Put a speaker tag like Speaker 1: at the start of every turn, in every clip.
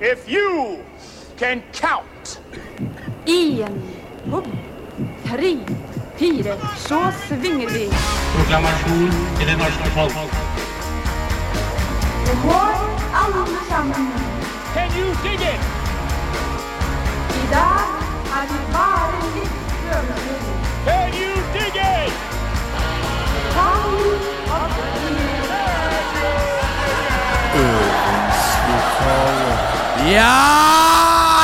Speaker 1: If you can count
Speaker 2: Én, bob, tre, fire, så svinger vi.
Speaker 3: Proklamasjon til det norske folk.
Speaker 4: Morgen, alle sammen.
Speaker 1: Can you dig it?
Speaker 4: I dag er vi bare litt følelser.
Speaker 1: Can you dig it?
Speaker 4: Kan vi oppleve
Speaker 5: Ja!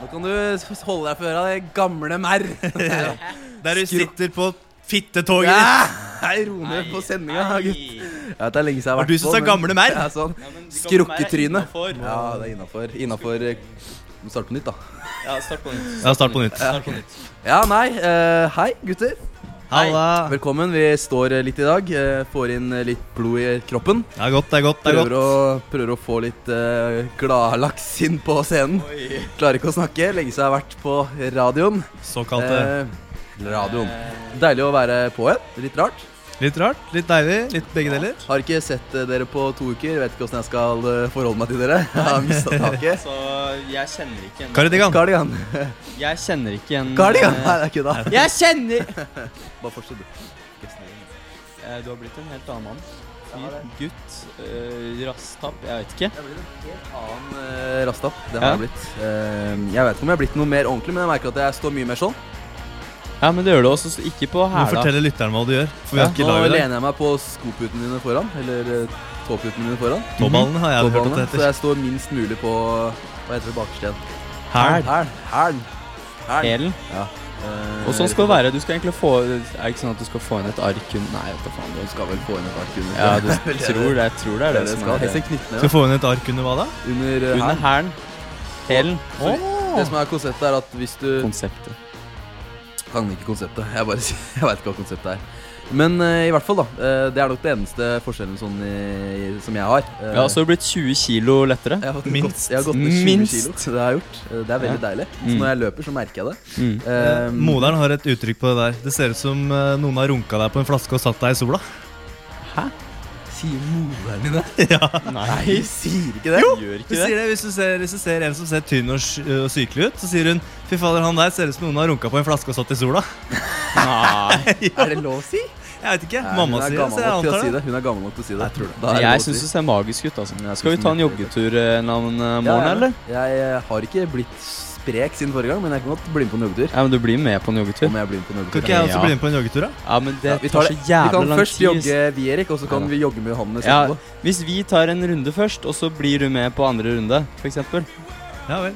Speaker 5: Nå kan du holde deg for øra, det gamle merr.
Speaker 6: Der du sitter på fittetoget
Speaker 5: Ja,
Speaker 6: ditt.
Speaker 5: Jeg roer ned på sendinga, gutt. Jeg vet det er lenge siden jeg har
Speaker 6: Var
Speaker 5: vært
Speaker 6: du som sa
Speaker 5: men-
Speaker 6: gamle merr?
Speaker 5: Ja, sånn.
Speaker 7: men de gamle merr er
Speaker 5: Skrukketryne.
Speaker 7: innenfor.
Speaker 5: Ja, det er innafor. Innafor Start på nytt, da.
Speaker 7: Ja, start på nytt.
Speaker 6: Ja, start på nytt.
Speaker 7: Start på nytt.
Speaker 5: Ja, nei. eh, hei, gutter.
Speaker 6: Halla.
Speaker 5: Velkommen. Vi står eh, litt i dag. eh, får inn eh, litt blod i kroppen.
Speaker 6: Det er godt, det er godt. det er
Speaker 5: Prøver
Speaker 6: godt.
Speaker 5: å, prøver å få litt uh, gladlaks inn på scenen. Klarer ikke å snakke. Lenge siden jeg har vært på radioen.
Speaker 6: Såkalte
Speaker 5: Eh, radioen. Deilig å være på igjen. Litt rart.
Speaker 6: litt rart, litt deilig, litt begge deler.
Speaker 5: Har ikke sett eh, dere på to uker. Vet ikke åssen jeg skal eh, forholde meg til dere. Jeg har mista taket.
Speaker 7: Så jeg kjenner ikke igjen
Speaker 6: Kardigan.
Speaker 5: Cardigan.
Speaker 7: Jeg kjenner ikke igjen
Speaker 5: Cardigan. Nei,
Speaker 7: eh,
Speaker 5: det er kødda.
Speaker 7: Jeg kjenner
Speaker 5: Bare fortsett, du.
Speaker 7: Eh, Du har blitt en helt annen mann. Fyr, gutt, eh, rasstapp, jeg vet ikke.
Speaker 5: Annen eh, rastapp. Det har
Speaker 7: Ja.
Speaker 5: jeg blitt. Eh, jeg vet ikke om jeg har blitt noe mer ordentlig, men jeg merker at jeg står mye mer sånn.
Speaker 7: Ja, men det gjør du også, så ikke på
Speaker 6: Du må
Speaker 7: hæla.
Speaker 6: fortelle lytteren hva du gjør. For vi
Speaker 7: Ja,
Speaker 6: har ikke
Speaker 5: Nå
Speaker 6: lag i dag.
Speaker 5: lener jeg meg på skoputene dine foran. Eller eh, tåputene dine foran.
Speaker 6: Tåballen har jeg hørt at det
Speaker 5: Tåballene, så
Speaker 6: heter.
Speaker 5: jeg står minst mulig på Hva heter det bakerste igjen?
Speaker 6: Hæl.
Speaker 5: Hæl. Hæl. Hæl.
Speaker 7: Hælen.
Speaker 5: Eh,
Speaker 7: Og sånn skal det være. Du skal egentlig få Er det ikke sånn at du skal få inn et ark under Nei, vet du faen. Du
Speaker 5: Skal vel få inn et ark under.
Speaker 7: ja, du tror det. Jeg tror det er det,
Speaker 5: det
Speaker 7: som
Speaker 5: skal.
Speaker 7: er
Speaker 5: Helst en knyttneve
Speaker 6: Skal vi få inn et ark under hva da?
Speaker 5: under eh,
Speaker 7: Under
Speaker 5: hælen.
Speaker 7: hælen. Hælen.
Speaker 5: Det som er konseptet, er at hvis du
Speaker 7: Konseptet.
Speaker 5: Kan ikke konseptet. Jeg bare sier Jeg veit ikke hva konseptet er. Men eh, i hvert fall, da. eh, det er nok det eneste forskjellen sånn i, i, som jeg har. Eh,
Speaker 7: Ja, så har du blitt 20 kilo lettere.
Speaker 5: jeg har gått-
Speaker 6: Minst.
Speaker 5: Jeg har gått ned 20
Speaker 7: Minst.
Speaker 5: kilo. Det har jeg gjort. Eh, Det er veldig deilig. Så
Speaker 7: Mm.
Speaker 5: når jeg løper, så merker jeg det.
Speaker 7: Mm.
Speaker 5: Eh,
Speaker 6: Moderen har et uttrykk på det der. Det ser ut som eh, noen har runka deg på en flaske og satt deg i sola.
Speaker 5: Sier moderen din det?
Speaker 7: Nei,
Speaker 5: Sier ikke det?
Speaker 7: gjør
Speaker 6: Du
Speaker 7: ikke det.
Speaker 6: sier det hvis du ser, hvis du ser en som ser tynn og sj- og sykelig ut, så sier hun Fy fader, han der ser ut som noen har runka på en flaske og satt i sola.
Speaker 7: Nei.
Speaker 5: Er det lov å si?
Speaker 6: Jeg vet ikke.
Speaker 5: Nei,
Speaker 6: Mamma
Speaker 5: hun er
Speaker 6: sier det,
Speaker 5: gammel
Speaker 6: så jeg
Speaker 5: nok til å
Speaker 6: antar
Speaker 5: si
Speaker 6: det.
Speaker 5: det. Hun er gammel nok til å si det. Jeg tror det.
Speaker 7: Jeg syns du ser magisk ut. altså
Speaker 5: Ja,
Speaker 7: Skal vi ta en
Speaker 5: tusen
Speaker 7: joggetur eh, en annen eh, morgen, eller?
Speaker 5: Jeg eh, har ikke blitt sprek siden forrige gang, men jeg kan godt bli med på en joggetur.
Speaker 7: Ja, men Du blir med på en joggetur?
Speaker 5: Om jeg blir med på en
Speaker 6: Kan
Speaker 5: joggetur.
Speaker 6: ikke jeg også
Speaker 7: Ja.
Speaker 6: bli med på en joggetur, da?
Speaker 7: Ja, men Det
Speaker 5: Ja, vi
Speaker 7: tar
Speaker 5: tar
Speaker 7: så
Speaker 5: det. Vi
Speaker 7: jævlig
Speaker 5: kan
Speaker 7: lang
Speaker 5: først
Speaker 7: tid.
Speaker 5: jogge Vierik, og så kan
Speaker 7: Neida.
Speaker 5: vi jogge med Johannes
Speaker 7: Ja.
Speaker 5: etterpå.
Speaker 7: Hvis vi tar en runde først, og så blir du med på andre runde, f.eks. Nei,
Speaker 6: Ja vel.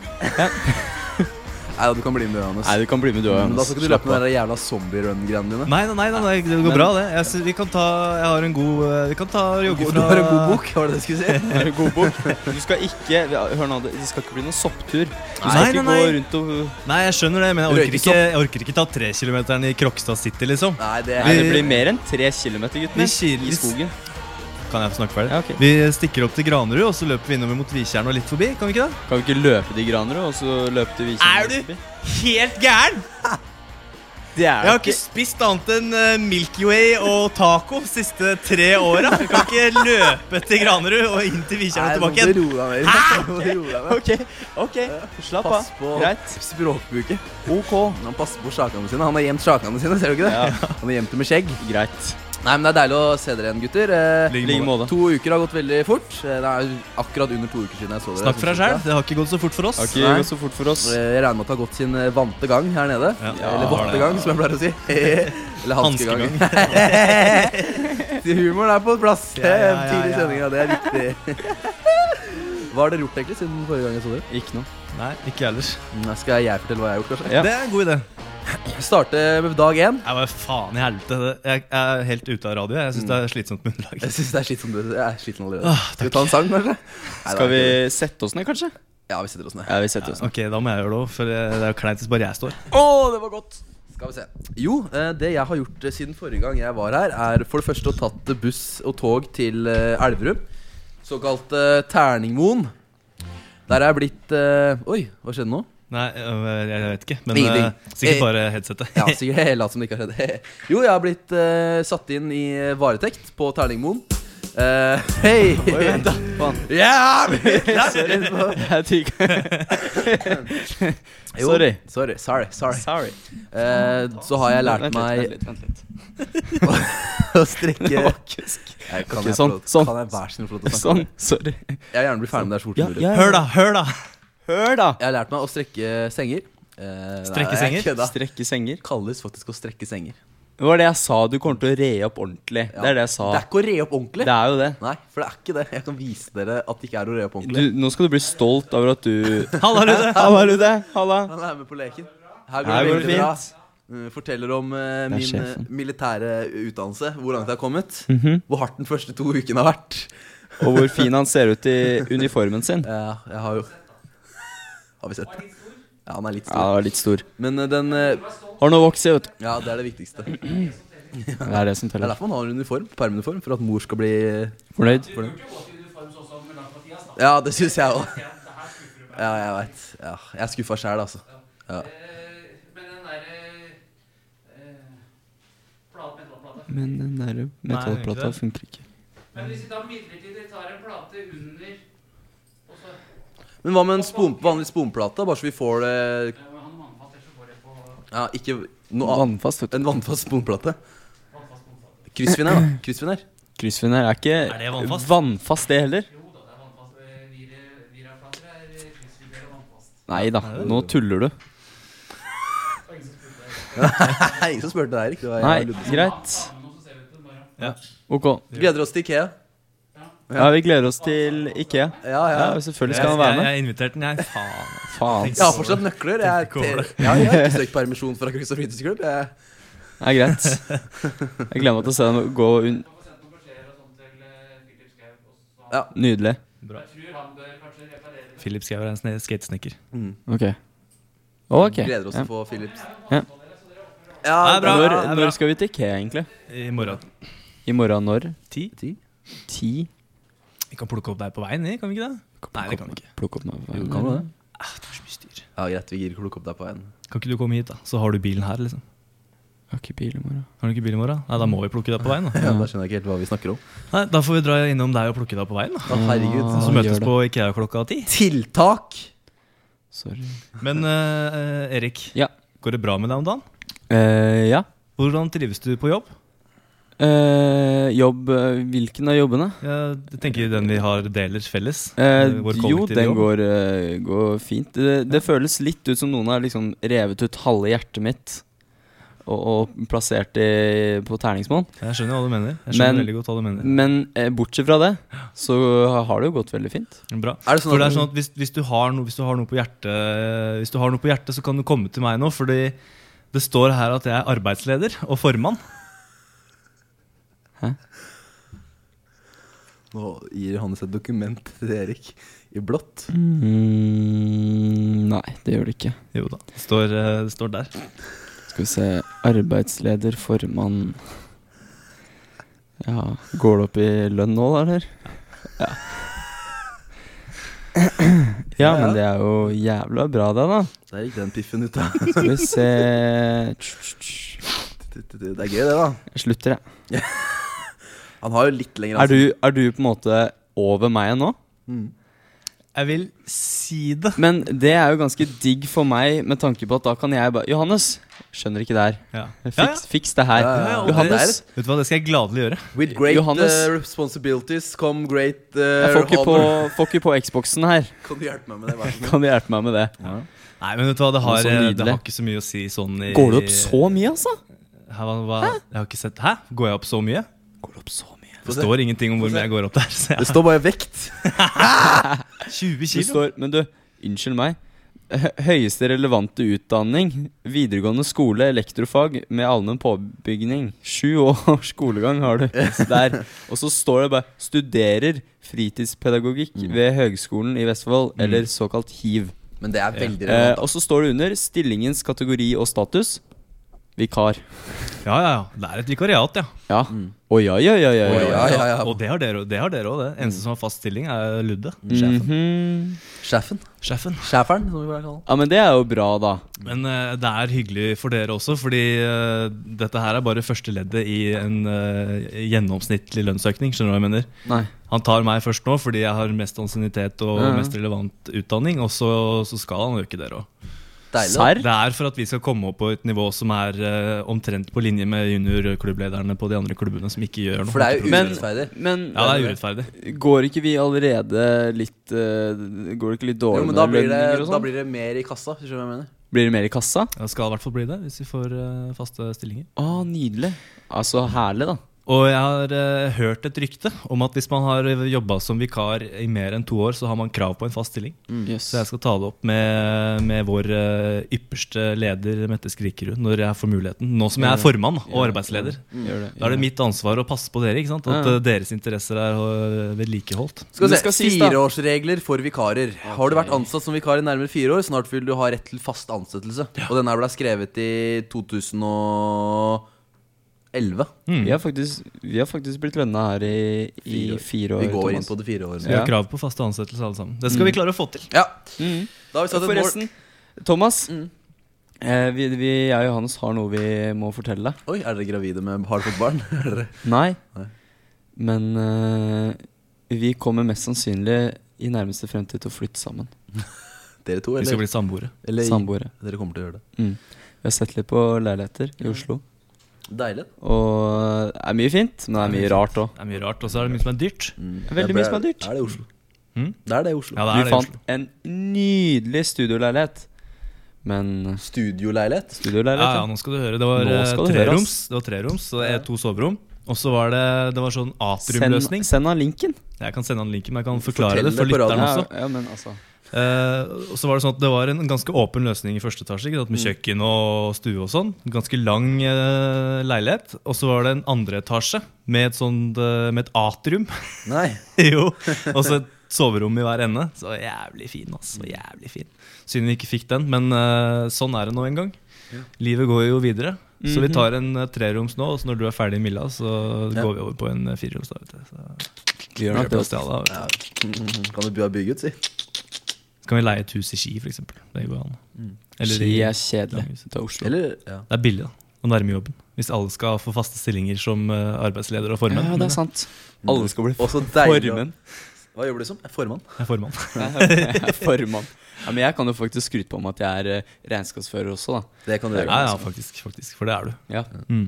Speaker 5: Nei, du kan bli med Johannes.
Speaker 7: du kan bli med, du òg.
Speaker 5: men da skal ikke du løpe med de der jævla zombie-run-greiene dine.
Speaker 6: Nei, nei, nei, nei, nei det går
Speaker 7: Men-
Speaker 6: bra, det. Jeg, sy- vi kan ta Jeg har en god eh, Vi kan ta og jogge
Speaker 5: God-
Speaker 6: fra
Speaker 5: Du har en god bok, var det det du skulle si?
Speaker 7: Er det god bok? Du skal ikke ja, Hør nå, det det skal ikke bli noen sopptur. Du skal
Speaker 6: Nei,
Speaker 7: ikke
Speaker 6: nei,
Speaker 7: gå
Speaker 6: nei.
Speaker 7: rundt og
Speaker 6: Nei, jeg skjønner det, men jeg orker ikke,
Speaker 5: Røykestopp.
Speaker 6: jeg orker ikke ta trekilometeren i Krokstad City, liksom.
Speaker 5: Nei, det
Speaker 7: Nei,
Speaker 5: er
Speaker 7: det blir mer enn tre kilometer, gutten
Speaker 6: Vi
Speaker 7: min.
Speaker 6: kiler-
Speaker 7: I skogen.
Speaker 6: Kan jeg få snakke ferdig?
Speaker 7: Ja, ok.
Speaker 6: Vi stikker opp til Granerud, og så løper vi innover mot Vikjern og litt forbi. Kan vi ikke det?
Speaker 7: Kan vi ikke løpe til Granerud, og så løpe til Vikjern?
Speaker 6: Er du- Helt gæren!
Speaker 7: Det er
Speaker 6: Jeg
Speaker 7: jo
Speaker 6: har ikke spist annet enn eh, Milky Way og taco de siste tre åra. Vi kan ikke løpe til Granerud og inn til Vikjern og tilbake igjen.
Speaker 5: Nei, nå må du roe deg ned. Nå må du roe deg ned.
Speaker 7: Ok, ok, slapp
Speaker 5: Pass
Speaker 7: av.
Speaker 5: på
Speaker 7: Greit.
Speaker 5: språkbruket.
Speaker 7: Ok.
Speaker 5: Han passer på sjakene sine. Han har gjemt sjakene sine, ser du ikke det?
Speaker 7: Ja.
Speaker 5: Han har gjemt det med skjegg.
Speaker 7: Greit.
Speaker 5: Nei, men det er deilig å se dere igjen, gutter. Eh,
Speaker 6: Ligg
Speaker 7: I like måte.
Speaker 5: To uker har gått veldig fort. Eh, Det er akkurat under to uker siden jeg så dere.
Speaker 6: Snakk for deg sjæl. Det har ikke gått så fort for oss.
Speaker 7: Har ikke
Speaker 5: Nei.
Speaker 7: gått så fort for oss.
Speaker 5: Eh, Jeg regner med at det har gått sin eh, vante gang her nede.
Speaker 6: Ja.
Speaker 5: Eller votte gang, som jeg pleier å si. Eller hanskegang. Humoren er på plass.
Speaker 6: Ja, ja, ja,
Speaker 5: Tidlig i
Speaker 6: ja.
Speaker 5: sendinga, det er viktig. Hva har dere gjort egentlig siden forrige gang jeg så dere?
Speaker 7: Ikke noe.
Speaker 6: Nei, ikke ellers.
Speaker 5: Mm, Skal jeg fortelle hva jeg har gjort, kanskje?
Speaker 7: Ja.
Speaker 6: Det er en god idé.
Speaker 5: Starte med dag én.
Speaker 6: Jeg var faen i helvete. det- Jeg jeg er helt ute av radio. Jeg syns det er slitsomt med underlag.
Speaker 5: Jeg syns det er slitsomt. Jeg er sliten allerede.
Speaker 6: Ah,
Speaker 5: Skal vi ta en sang, kanskje? Nei,
Speaker 7: Skal vi
Speaker 5: det er ikke
Speaker 7: sette oss ned, kanskje?
Speaker 5: det. Ja, vi setter oss ned.
Speaker 7: Ja, vi setter oss ned.
Speaker 6: Ok, da må jeg gjøre det òg, for eh, det er jo kleint hvis bare jeg står.
Speaker 5: Skal vi se. Jo, eh, det jeg har gjort eh, siden forrige gang jeg var her, er for det første å tatt eh, buss og tog til eh, Elverum. Såkalt eh, Terningmoen. Der er jeg blitt eh, Oi, hva skjedde nå?
Speaker 6: Nei, øh, jeg vet ikke. Men
Speaker 5: Ingenting.
Speaker 6: øh, sikkert
Speaker 5: Eh,
Speaker 6: bare headsetet.
Speaker 5: Ja, sikkert jeg later som det ikke har skjedd. Jo, jeg har blitt eh, satt inn i eh, varetekt på Terningmoen. Eh, Hei!
Speaker 7: Oi, vent, da. Faen.
Speaker 5: Ja!
Speaker 7: Sorry. Jeg tygger.
Speaker 5: Jo,
Speaker 7: Sorry.
Speaker 5: Sorry. Sorry. sorry.
Speaker 7: Sorry.
Speaker 5: Eh, så har jeg lært
Speaker 7: Vent litt,
Speaker 5: meg
Speaker 7: Vent litt, vent litt.
Speaker 5: å strekke
Speaker 7: Det
Speaker 5: Jeg
Speaker 7: var kusk.
Speaker 5: Kan
Speaker 7: Ok,
Speaker 5: jeg få
Speaker 7: sånn,
Speaker 5: lov-
Speaker 7: sånn.
Speaker 5: Kan jeg vær så snill få lov til å snakke om
Speaker 7: Sånn.
Speaker 5: det?
Speaker 7: Sorry.
Speaker 5: Jeg vil gjerne bli ferdig med det skjortemuret.
Speaker 6: Hør, da. Hør, da.
Speaker 7: Hør, da.
Speaker 5: Jeg har lært meg å strekke senger. Eh,
Speaker 6: Strekke
Speaker 5: nei, jeg
Speaker 6: senger?
Speaker 5: kødda.
Speaker 7: Strekke senger.
Speaker 5: kalles faktisk å strekke senger.
Speaker 7: Det var det jeg sa du kommer til å re opp ordentlig. Det er det jeg sa.
Speaker 5: Det er ikke å re opp ordentlig.
Speaker 7: Det er jo det.
Speaker 5: Nei, for det er ikke det. Jeg kan vise dere at det ikke er å re opp
Speaker 7: Du,
Speaker 5: ordentlig.
Speaker 7: nå skal du bli stolt over at du
Speaker 6: Halla, Rude.
Speaker 7: Halla, Rude. Halla.
Speaker 5: Han er med på leken. Her går
Speaker 7: Her
Speaker 5: det
Speaker 7: går
Speaker 5: veldig
Speaker 7: det
Speaker 5: bra.
Speaker 7: fint.
Speaker 5: Mm, Forteller om eh,
Speaker 7: er
Speaker 5: min eh,
Speaker 7: sjefen. Mhm.
Speaker 5: militære utdannelse, hvor langt jeg har kommet, hvor hardt den første to ukene har vært.
Speaker 7: Og hvor fin han ser ut i uniformen sin.
Speaker 5: Ja, jeg har jo Har vi sett. Ja, han er litt
Speaker 7: Ja,
Speaker 5: stor.
Speaker 7: den er litt stor.
Speaker 5: Men eh, den eh,
Speaker 7: Har nå vokst seg ut.
Speaker 5: Ja, det er det viktigste. Det
Speaker 7: Det er det som
Speaker 5: er
Speaker 7: teller.
Speaker 5: derfor man har uniform, permuniform, for at mor skal bli
Speaker 7: Fornøyd?
Speaker 5: Ja, det syns jeg òg. Ja, jeg veit. Ja, jeg er skuffa sjæl, altså.
Speaker 7: Men den der metallplata funker ikke.
Speaker 5: Men hva med en spon, vanlig sponplate, bare så vi får det Ja, ikke noe annet.
Speaker 7: Vannfast, vet du.
Speaker 5: En vannfast sponplate. Kryssfiner, da. Kryssfiner.
Speaker 7: Kryssfiner er ikke
Speaker 6: Er det vannfast?
Speaker 7: vannfast, det heller. Nei da, nå tuller du.
Speaker 5: Nei, ingen som spurte deg, Erik. Det var
Speaker 7: Nei,
Speaker 5: jeg og Ludvig.
Speaker 7: greit.
Speaker 6: sånn. Ja.
Speaker 7: Ok.
Speaker 5: Gleder oss til Ikea.
Speaker 7: Ja, vi gleder oss til Ikea.
Speaker 5: Ja, ja.
Speaker 7: Ja, selvfølgelig skal han være med.
Speaker 6: Jeg inviterte den, jeg. Faen.
Speaker 7: Faen.
Speaker 5: Jeg har fortsatt nøkler.
Speaker 6: Tenkte
Speaker 5: Jeg,
Speaker 6: ikke over det.
Speaker 5: ja, jeg har ikke søkt permisjon fra Christer Fritidsklubb. Jeg,
Speaker 7: Det er greit. Jeg gleder meg til å se dem gå un...
Speaker 5: Ja.
Speaker 7: Nydelig.
Speaker 6: Philip Skau er en sne- skatesnekker.
Speaker 7: Ok. Ok.
Speaker 5: gleder oss
Speaker 7: Ja.
Speaker 5: til å få Philips.
Speaker 7: Ja.
Speaker 5: Ja,
Speaker 6: Det er bra. Ja,
Speaker 7: Når,
Speaker 6: det er bra.
Speaker 7: når skal vi til Ikea, egentlig?
Speaker 6: I morgen.
Speaker 7: I morgen når?
Speaker 6: Ti?
Speaker 7: Ti?
Speaker 6: Vi kan plukke opp deg på veien, vi, kan vi ikke det? Nei, det kan vi ikke.
Speaker 7: Plukk opp meg.
Speaker 6: Ah, det er så mye styr.
Speaker 5: Ja, greit, vi gir klokka opp deg på en.
Speaker 6: Kan ikke du komme hit, da? Så har du bilen her, liksom.
Speaker 7: Jeg har ikke bil i morgen.
Speaker 6: Har du ikke bil i morgen? Nei, da må vi plukke deg på veien, da.
Speaker 5: Ja, da skjønner jeg ikke helt hva vi snakker om.
Speaker 6: Nei, da får vi dra innom deg og plukke deg på veien, da.
Speaker 5: Å, herregud.
Speaker 6: Så
Speaker 7: Ja,
Speaker 6: møtes
Speaker 7: gjør det.
Speaker 6: på Ikea klokka ti.
Speaker 5: Tiltak!
Speaker 7: Sorry.
Speaker 6: Men eh, eh, Erik,
Speaker 7: Ja.
Speaker 6: går det bra med deg om dagen?
Speaker 7: Eh, ja.
Speaker 6: Hvordan trives du på jobb?
Speaker 7: Eh, jobb eh, Hvilken av jobbene?
Speaker 6: Jeg tenker den vi har deler felles.
Speaker 7: Eh,
Speaker 6: vår
Speaker 7: jo,
Speaker 6: kollektive
Speaker 7: den
Speaker 6: jobb.
Speaker 7: går, eh, går fint. Det, det føles litt ut som noen har liksom revet ut halve hjertet mitt og, og plassert det på terningsmål.
Speaker 6: Jeg skjønner hva du mener. Jeg skjønner
Speaker 7: Men-
Speaker 6: veldig godt hva du mener.
Speaker 7: Men eh, bortsett fra det, så har det jo gått veldig fint.
Speaker 6: Bra.
Speaker 5: Er det sånn
Speaker 6: for det
Speaker 5: at-
Speaker 6: er sånn at hvis, hvis, du har noe, hvis du har noe på hjertet, Hvis du har noe på hjertet, så kan du komme til meg nå, fordi det står her at jeg er arbeidsleder og formann.
Speaker 5: Nå gir Johannes et dokument til Erik i blått.
Speaker 7: Mm, nei, det gjør det ikke.
Speaker 6: Jo da, det står, eh, det står der.
Speaker 7: Skal vi se Arbeidsleder, formann Ja, går det opp i lønn nå, da, eller? Ja. Ja, men det er jo jævla bra, det, da.
Speaker 5: Der gikk den piffen ut, da.
Speaker 7: Skal vi se Jeg
Speaker 5: Det er gøy, det, da.
Speaker 7: slutter, jeg.
Speaker 5: Han har jo litt lenger
Speaker 7: Er du, er du på en måte over meg nå?
Speaker 6: Mm. Jeg vil si det.
Speaker 7: Men det er jo ganske digg for meg, med tanke på at da kan jeg bare Johannes! Skjønner ikke det her.
Speaker 6: Ja. Ja,
Speaker 7: Fiks, fiks det her.
Speaker 5: Ja, ja, ja.
Speaker 7: Johannes!
Speaker 6: Vet du hva, det skal jeg gladelig gjøre.
Speaker 5: With great
Speaker 7: Johannes.
Speaker 5: eh, responsibilities come great uh,
Speaker 7: Jeg får ikke på, får ikke på Xboxen her.
Speaker 5: Kan du hjelpe meg med det? Vær så snill.
Speaker 7: Kan du hjelpe meg med det?
Speaker 6: Nei, men vet du hva, det har,
Speaker 7: så
Speaker 6: eh, det
Speaker 7: nydelig.
Speaker 6: har ikke så mye å si sånn i
Speaker 7: Går det opp så mye, altså?
Speaker 6: Hæ, hva, hva? Jeg har ikke sett Hæ? Går jeg opp så mye?
Speaker 7: Går det opp så mye?
Speaker 5: Få
Speaker 6: Det
Speaker 5: se.
Speaker 6: står ingenting om hvor mye jeg går opp der. Så jeg
Speaker 5: Det står bare vekt.
Speaker 6: 20
Speaker 7: Du
Speaker 6: kilo.
Speaker 7: står, men du, unnskyld meg. Hø- Høyeste relevante utdanning. Videregående skole, elektrofag med allmenn påbygning. Sju år skolegang har du der. Og så står det bare 'studerer fritidspedagogikk ved Høgskolen i Vestfold', eller såkalt HIV.
Speaker 5: Men det er veldig
Speaker 7: Eh,
Speaker 5: relevant.
Speaker 7: og så står det under 'stillingens kategori og status'. Vikar. Mm.
Speaker 6: Ja, ja, ja. Det er et vikariat, ja.
Speaker 7: Ja. Å ja, ja, ja, ja.
Speaker 5: Å,
Speaker 7: ja.
Speaker 5: ja, ja, Mm. ja.
Speaker 6: Og det har dere òg, det. har dere også, det. Eneste som har fast stilling, er Ludde. Sjefen.
Speaker 7: Mhm.
Speaker 5: Sjefen.
Speaker 6: Sjefen.
Speaker 5: Sjæferen, som vi bare kaller den.
Speaker 7: Ja, men det er jo bra, da.
Speaker 6: Men eh, det er hyggelig for dere også, fordi eh, dette her er bare første leddet i en eh, gjennomsnittlig lønnsøkning. Skjønner du hva jeg mener?
Speaker 7: Nei.
Speaker 6: Han tar meg først nå fordi jeg har mest ansiennitet og
Speaker 7: Ja, ja.
Speaker 6: mest relevant utdanning, og så, så skal han øke dere òg.
Speaker 5: Deilig. da.
Speaker 7: Serr?
Speaker 6: Det er for at vi skal komme opp på et nivå som er eh, omtrent på linje med juniorklubblederne på de andre klubbene som ikke gjør noe.
Speaker 5: For det er jo
Speaker 7: Men-
Speaker 5: urettferdig.
Speaker 7: Men
Speaker 6: ja, det er urettferdig.
Speaker 7: går ikke vi allerede litt eh, Går det ikke litt
Speaker 5: Jo,
Speaker 7: dårlig
Speaker 5: men
Speaker 7: med
Speaker 5: da blir, det,
Speaker 7: lønninger og
Speaker 5: da
Speaker 7: sånn? Blir...
Speaker 5: blir det mer i kassa. hvis du skjønner hva jeg mener
Speaker 7: det mer i kassa?
Speaker 6: Det skal i hvert fall bli det, hvis vi får eh, faste stillinger.
Speaker 7: Å, nydelig. Altså herlig, da.
Speaker 6: Og jeg har eh, hørt et rykte om at hvis man har jobba som vikar i mer enn to år, så har man krav på en fast stilling.
Speaker 7: Yes.
Speaker 6: Så jeg skal ta det opp med, med vår eh, ypperste leder, Mette Skrikerud, når jeg får muligheten. Nå som jeg er formann og arbeidsleder.
Speaker 7: Gjør det.
Speaker 6: Da er det mitt ansvar å passe på dere, ikke sant? at
Speaker 7: Ja.
Speaker 6: eh, deres interesser er eh, vedlikeholdt.
Speaker 5: Skal
Speaker 7: Men
Speaker 5: vi
Speaker 7: det
Speaker 5: se,
Speaker 7: skal sies, da.
Speaker 5: Fireårsregler for vikarer. Har du vært ansatt som vikar i nærmere fire år, snart vil du ha rett til fast ansettelse. Og den her ble skrevet i 2011.
Speaker 7: Vi, har faktisk, vi har faktisk blitt lønna her i,
Speaker 5: Fire
Speaker 7: i
Speaker 5: år.
Speaker 7: fire år.
Speaker 5: Vi går inn
Speaker 7: Thomas.
Speaker 5: på de fire årene.
Speaker 6: Vi
Speaker 7: Ja. Mm.
Speaker 6: har krav på faste ansettelser, alle sammen. Det skal vi klare å få til.
Speaker 5: Ja.
Speaker 7: Mhm.
Speaker 5: Da har vi satt et mål. Mm.
Speaker 7: Forresten, Thomas. Eh, vi, vi, jeg og Johannes har noe vi må fortelle deg.
Speaker 5: Oi, er dere gravide med Har dere fått barn? Er dere-
Speaker 7: Nei.
Speaker 5: Nei.
Speaker 7: Men eh, vi kommer mest sannsynlig i nærmeste fremtid til å flytte sammen.
Speaker 5: dere to,
Speaker 6: Vi skal
Speaker 5: eller?
Speaker 6: bli samboere.
Speaker 5: eller
Speaker 7: Samboere.
Speaker 5: Dere kommer til å gjøre det.
Speaker 7: Mm. Vi har sett litt på leiligheter i Oslo.
Speaker 5: Deilig.
Speaker 7: Og det er mye fint, men det er mye rart òg.
Speaker 6: Det er mye rart, og så er det mye som er dyrt.
Speaker 7: Veldig mye som er dyrt.
Speaker 5: Er det i Oslo?
Speaker 6: Mm?
Speaker 5: Det er det i Oslo.
Speaker 6: Ja, det er
Speaker 7: Mm. Du
Speaker 6: det i
Speaker 7: fant
Speaker 6: Oslo.
Speaker 7: en nydelig studioleilighet. Men
Speaker 5: Studioleilighet.
Speaker 6: Ja,
Speaker 7: studioleilighet
Speaker 6: ja,
Speaker 7: ja.
Speaker 6: nå skal du høre. Det var
Speaker 7: Nå
Speaker 6: eh,
Speaker 7: skal du høre,
Speaker 6: treroms.
Speaker 7: ass.
Speaker 6: Det var treroms, så det er to soverom. Og så var det, det var sånn atriumløsning.
Speaker 7: Send, send han linken.
Speaker 6: Jeg kan sende han linken, men jeg kan forklare
Speaker 5: Fortell
Speaker 6: det for
Speaker 5: det på radioen.
Speaker 6: lytteren
Speaker 7: Ja,
Speaker 6: også.
Speaker 7: ja, men altså
Speaker 6: Eh, og så var Det sånn at det var en ganske åpen løsning i første etasje, ikke sant?
Speaker 7: Mm.
Speaker 6: med kjøkken og stue. og sånn Ganske lang eh, leilighet. Og så var det en andre etasje med et, sånt, eh, med et atrium.
Speaker 5: Nei.
Speaker 6: jo, Og så et soverom i hver ende. Så jævlig fin. altså, jævlig fin Synd vi ikke fikk den, men eh, sånn er det nå en gang. Livet går jo videre. Så
Speaker 7: Mhm.
Speaker 6: vi tar en eh, treroms nå, og så når du er ferdig i Milla, så
Speaker 5: Ja.
Speaker 6: går vi over på en eh, fireroms. da, vet du. Så,
Speaker 7: Vi gjør nok det.
Speaker 6: så, ja, da,
Speaker 5: Kan du by- bygge ut, si?
Speaker 6: så kan vi leie et hus i Ski, f.eks. Det går an. Eller
Speaker 7: Mm. Ski
Speaker 6: i-
Speaker 7: er kjedelig. Det er Oslo.
Speaker 5: Eller ja.
Speaker 6: Det er billig da, å nærme jobben. Hvis alle skal få faste stillinger som eh, arbeidsleder og formann.
Speaker 7: Ja, det er sant. Alle skal bli
Speaker 5: Også deilig.
Speaker 7: formen.
Speaker 5: Hva jobber du som? Jeg er Formann?
Speaker 6: Jeg er eh, formann.
Speaker 7: Jeg er formann. Ja, men jeg kan jo faktisk skryte på meg at jeg er eh, regnskapsfører også, da.
Speaker 5: Det kan du
Speaker 6: Ja,
Speaker 5: gjøre.
Speaker 6: ja, faktisk, faktisk. For det er du.
Speaker 7: Ja.
Speaker 6: Mm.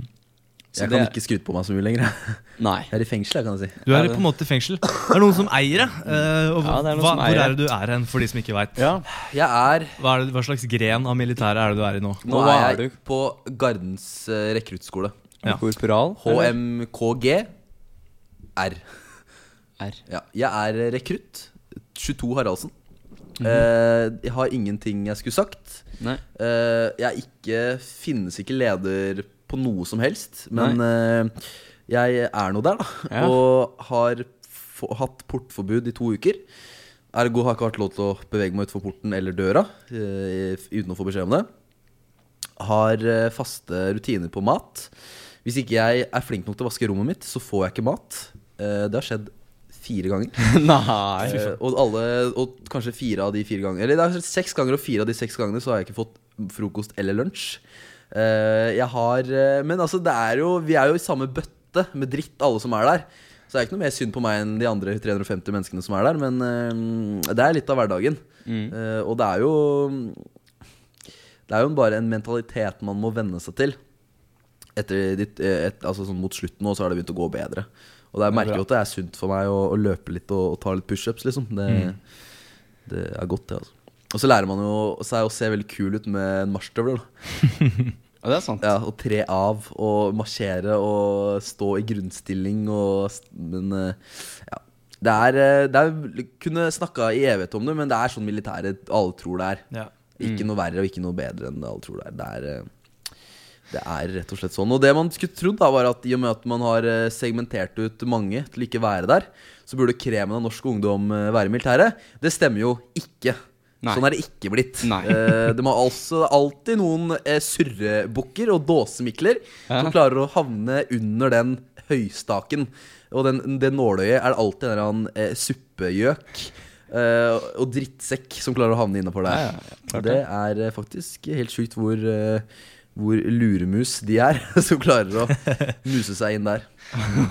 Speaker 7: Så
Speaker 5: Jeg
Speaker 7: det,
Speaker 5: kan ikke skryte på meg så mye lenger.
Speaker 7: Nei.
Speaker 5: Jeg er i fengsel, jeg, kan jeg si.
Speaker 6: Du
Speaker 7: Ja,
Speaker 6: er
Speaker 7: det-
Speaker 6: på en måte i fengsel. Det er noen som eier deg. eh, og
Speaker 7: Ja, det er noen
Speaker 6: hva,
Speaker 7: som
Speaker 6: hvor
Speaker 7: eier det.
Speaker 6: er det du er hen, for de som ikke veit?
Speaker 7: Ja.
Speaker 5: Jeg er
Speaker 6: Hva, er det- hva slags gren av militæret er det du er i nå?
Speaker 5: Nå
Speaker 7: hva
Speaker 5: er
Speaker 7: er
Speaker 5: jeg
Speaker 7: du?
Speaker 5: på Gardens eh, rekruttskole.
Speaker 6: Ja.
Speaker 7: Korporal? eller?
Speaker 5: HMKG R.
Speaker 7: R.
Speaker 5: Ja. Jeg er rekrutt. 22 Haraldsen. Eh, jeg har ingenting jeg skulle sagt.
Speaker 7: Mhm. Nei.
Speaker 5: Eh, jeg er ikke Finnes ikke leder på noe som helst, men eh, jeg er nå der, da.
Speaker 7: Ja.
Speaker 5: Og har få, hatt portforbud i to uker. Ergo har jeg ikke hatt lov til å bevege meg utenfor porten eller døra eh, uten å få beskjed om det. Har eh, faste rutiner på mat. Hvis ikke jeg er flink nok til å vaske rommet mitt, så får jeg ikke mat. Eh, det har skjedd fire ganger.
Speaker 7: Nei.
Speaker 5: Eh, og alle, og kanskje fire av de fire gangene Eller det er seks ganger, og fire av de seks gangene så har jeg ikke fått frokost eller lunsj. Eh, jeg har eh, Men altså, det er jo Vi er jo i samme bøtte med dritt, alle som er der. Så det er ikke noe mer synd på meg enn de andre 350 menneskene som er der, men eh, det er litt av hverdagen. Eh, og det er jo Det er jo bare en mentalitet man må venne seg til etter ditt, eh, et, altså sånn mot slutten nå, så har det begynt å gå bedre. Og det er, jeg merker jo at det er sunt for meg å, å løpe litt og, og ta litt pushups, liksom. Det, det er godt, det, altså. Og så lærer man jo seg å se veldig kul ut med en marsjstøvel. da.
Speaker 7: Ja, det er sant.
Speaker 5: Ja, og tre av og marsjere og stå i grunnstilling og s- Men eh, ja. Det er, eh, det er Kunne snakka i evighet om det, men det er sånn militæret alle tror det er.
Speaker 6: Ja.
Speaker 7: Mm.
Speaker 5: Ikke noe verre og ikke noe bedre enn det alle tror det er. Det er, eh, det er rett og slett sånn. Og det man skulle trodd, da, var at i og med at man har eh, segmentert ut mange til ikke være der, så burde kremen av norsk ungdom eh, være militære. Det stemmer jo ikke.
Speaker 7: Nei.
Speaker 5: Sånn er det ikke blitt.
Speaker 7: Nei.
Speaker 5: Eh, det må altså alltid noen eh, surrebukker og dåsemikler som
Speaker 7: Ja.
Speaker 5: klarer å havne under den høystaken. Og den, det nåløyet er det alltid en eller annen eh, suppegjøk eh, og drittsekk som klarer å havne innafor der.
Speaker 7: Ja, ja, ja, klart
Speaker 5: det er eh, faktisk helt sjukt hvor, eh, hvor luremus de er, som klarer å muse seg inn der.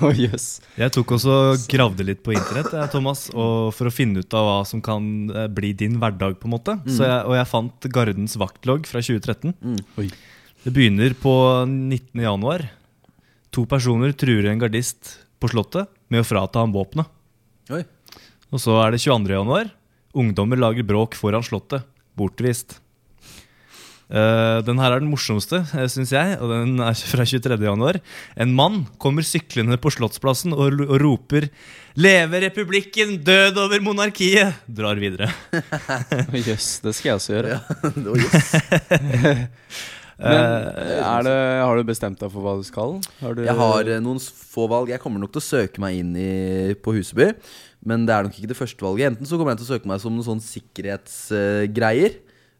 Speaker 7: Å, jøss.
Speaker 6: Jeg tok også gravde litt på internett jeg, Thomas, og for å finne ut av hva som kan eh, bli din hverdag. på en
Speaker 7: Mm.
Speaker 6: måte Så jeg, Og jeg fant Gardens vaktlogg fra 2013.
Speaker 7: Oi.
Speaker 6: Det begynner på 19. januar. To personer truer en gardist på Slottet med å frata ham våpenet.
Speaker 5: Oi.
Speaker 6: Og så er det 22. januar. Ungdommer lager bråk foran Slottet. Bortvist. Eh, den her er den morsomste, syns jeg, og den er fra 23. januar. En mann kommer syklende på Slottsplassen og, lo- og roper 'Leve republikken! Død over monarkiet!' Drar videre.
Speaker 7: Å, jøss, det skal jeg også gjøre.
Speaker 5: Det var jøss.
Speaker 7: Men er det, har du bestemt deg for hva du skal? Har du,
Speaker 5: Eh, Jeg har eh, noen s- få valg. Jeg kommer nok til å søke meg inn i, på Huseby. Men det er nok ikke det første valget. Enten så kommer jeg til å søke meg som noen sånn sikkerhetsgreier.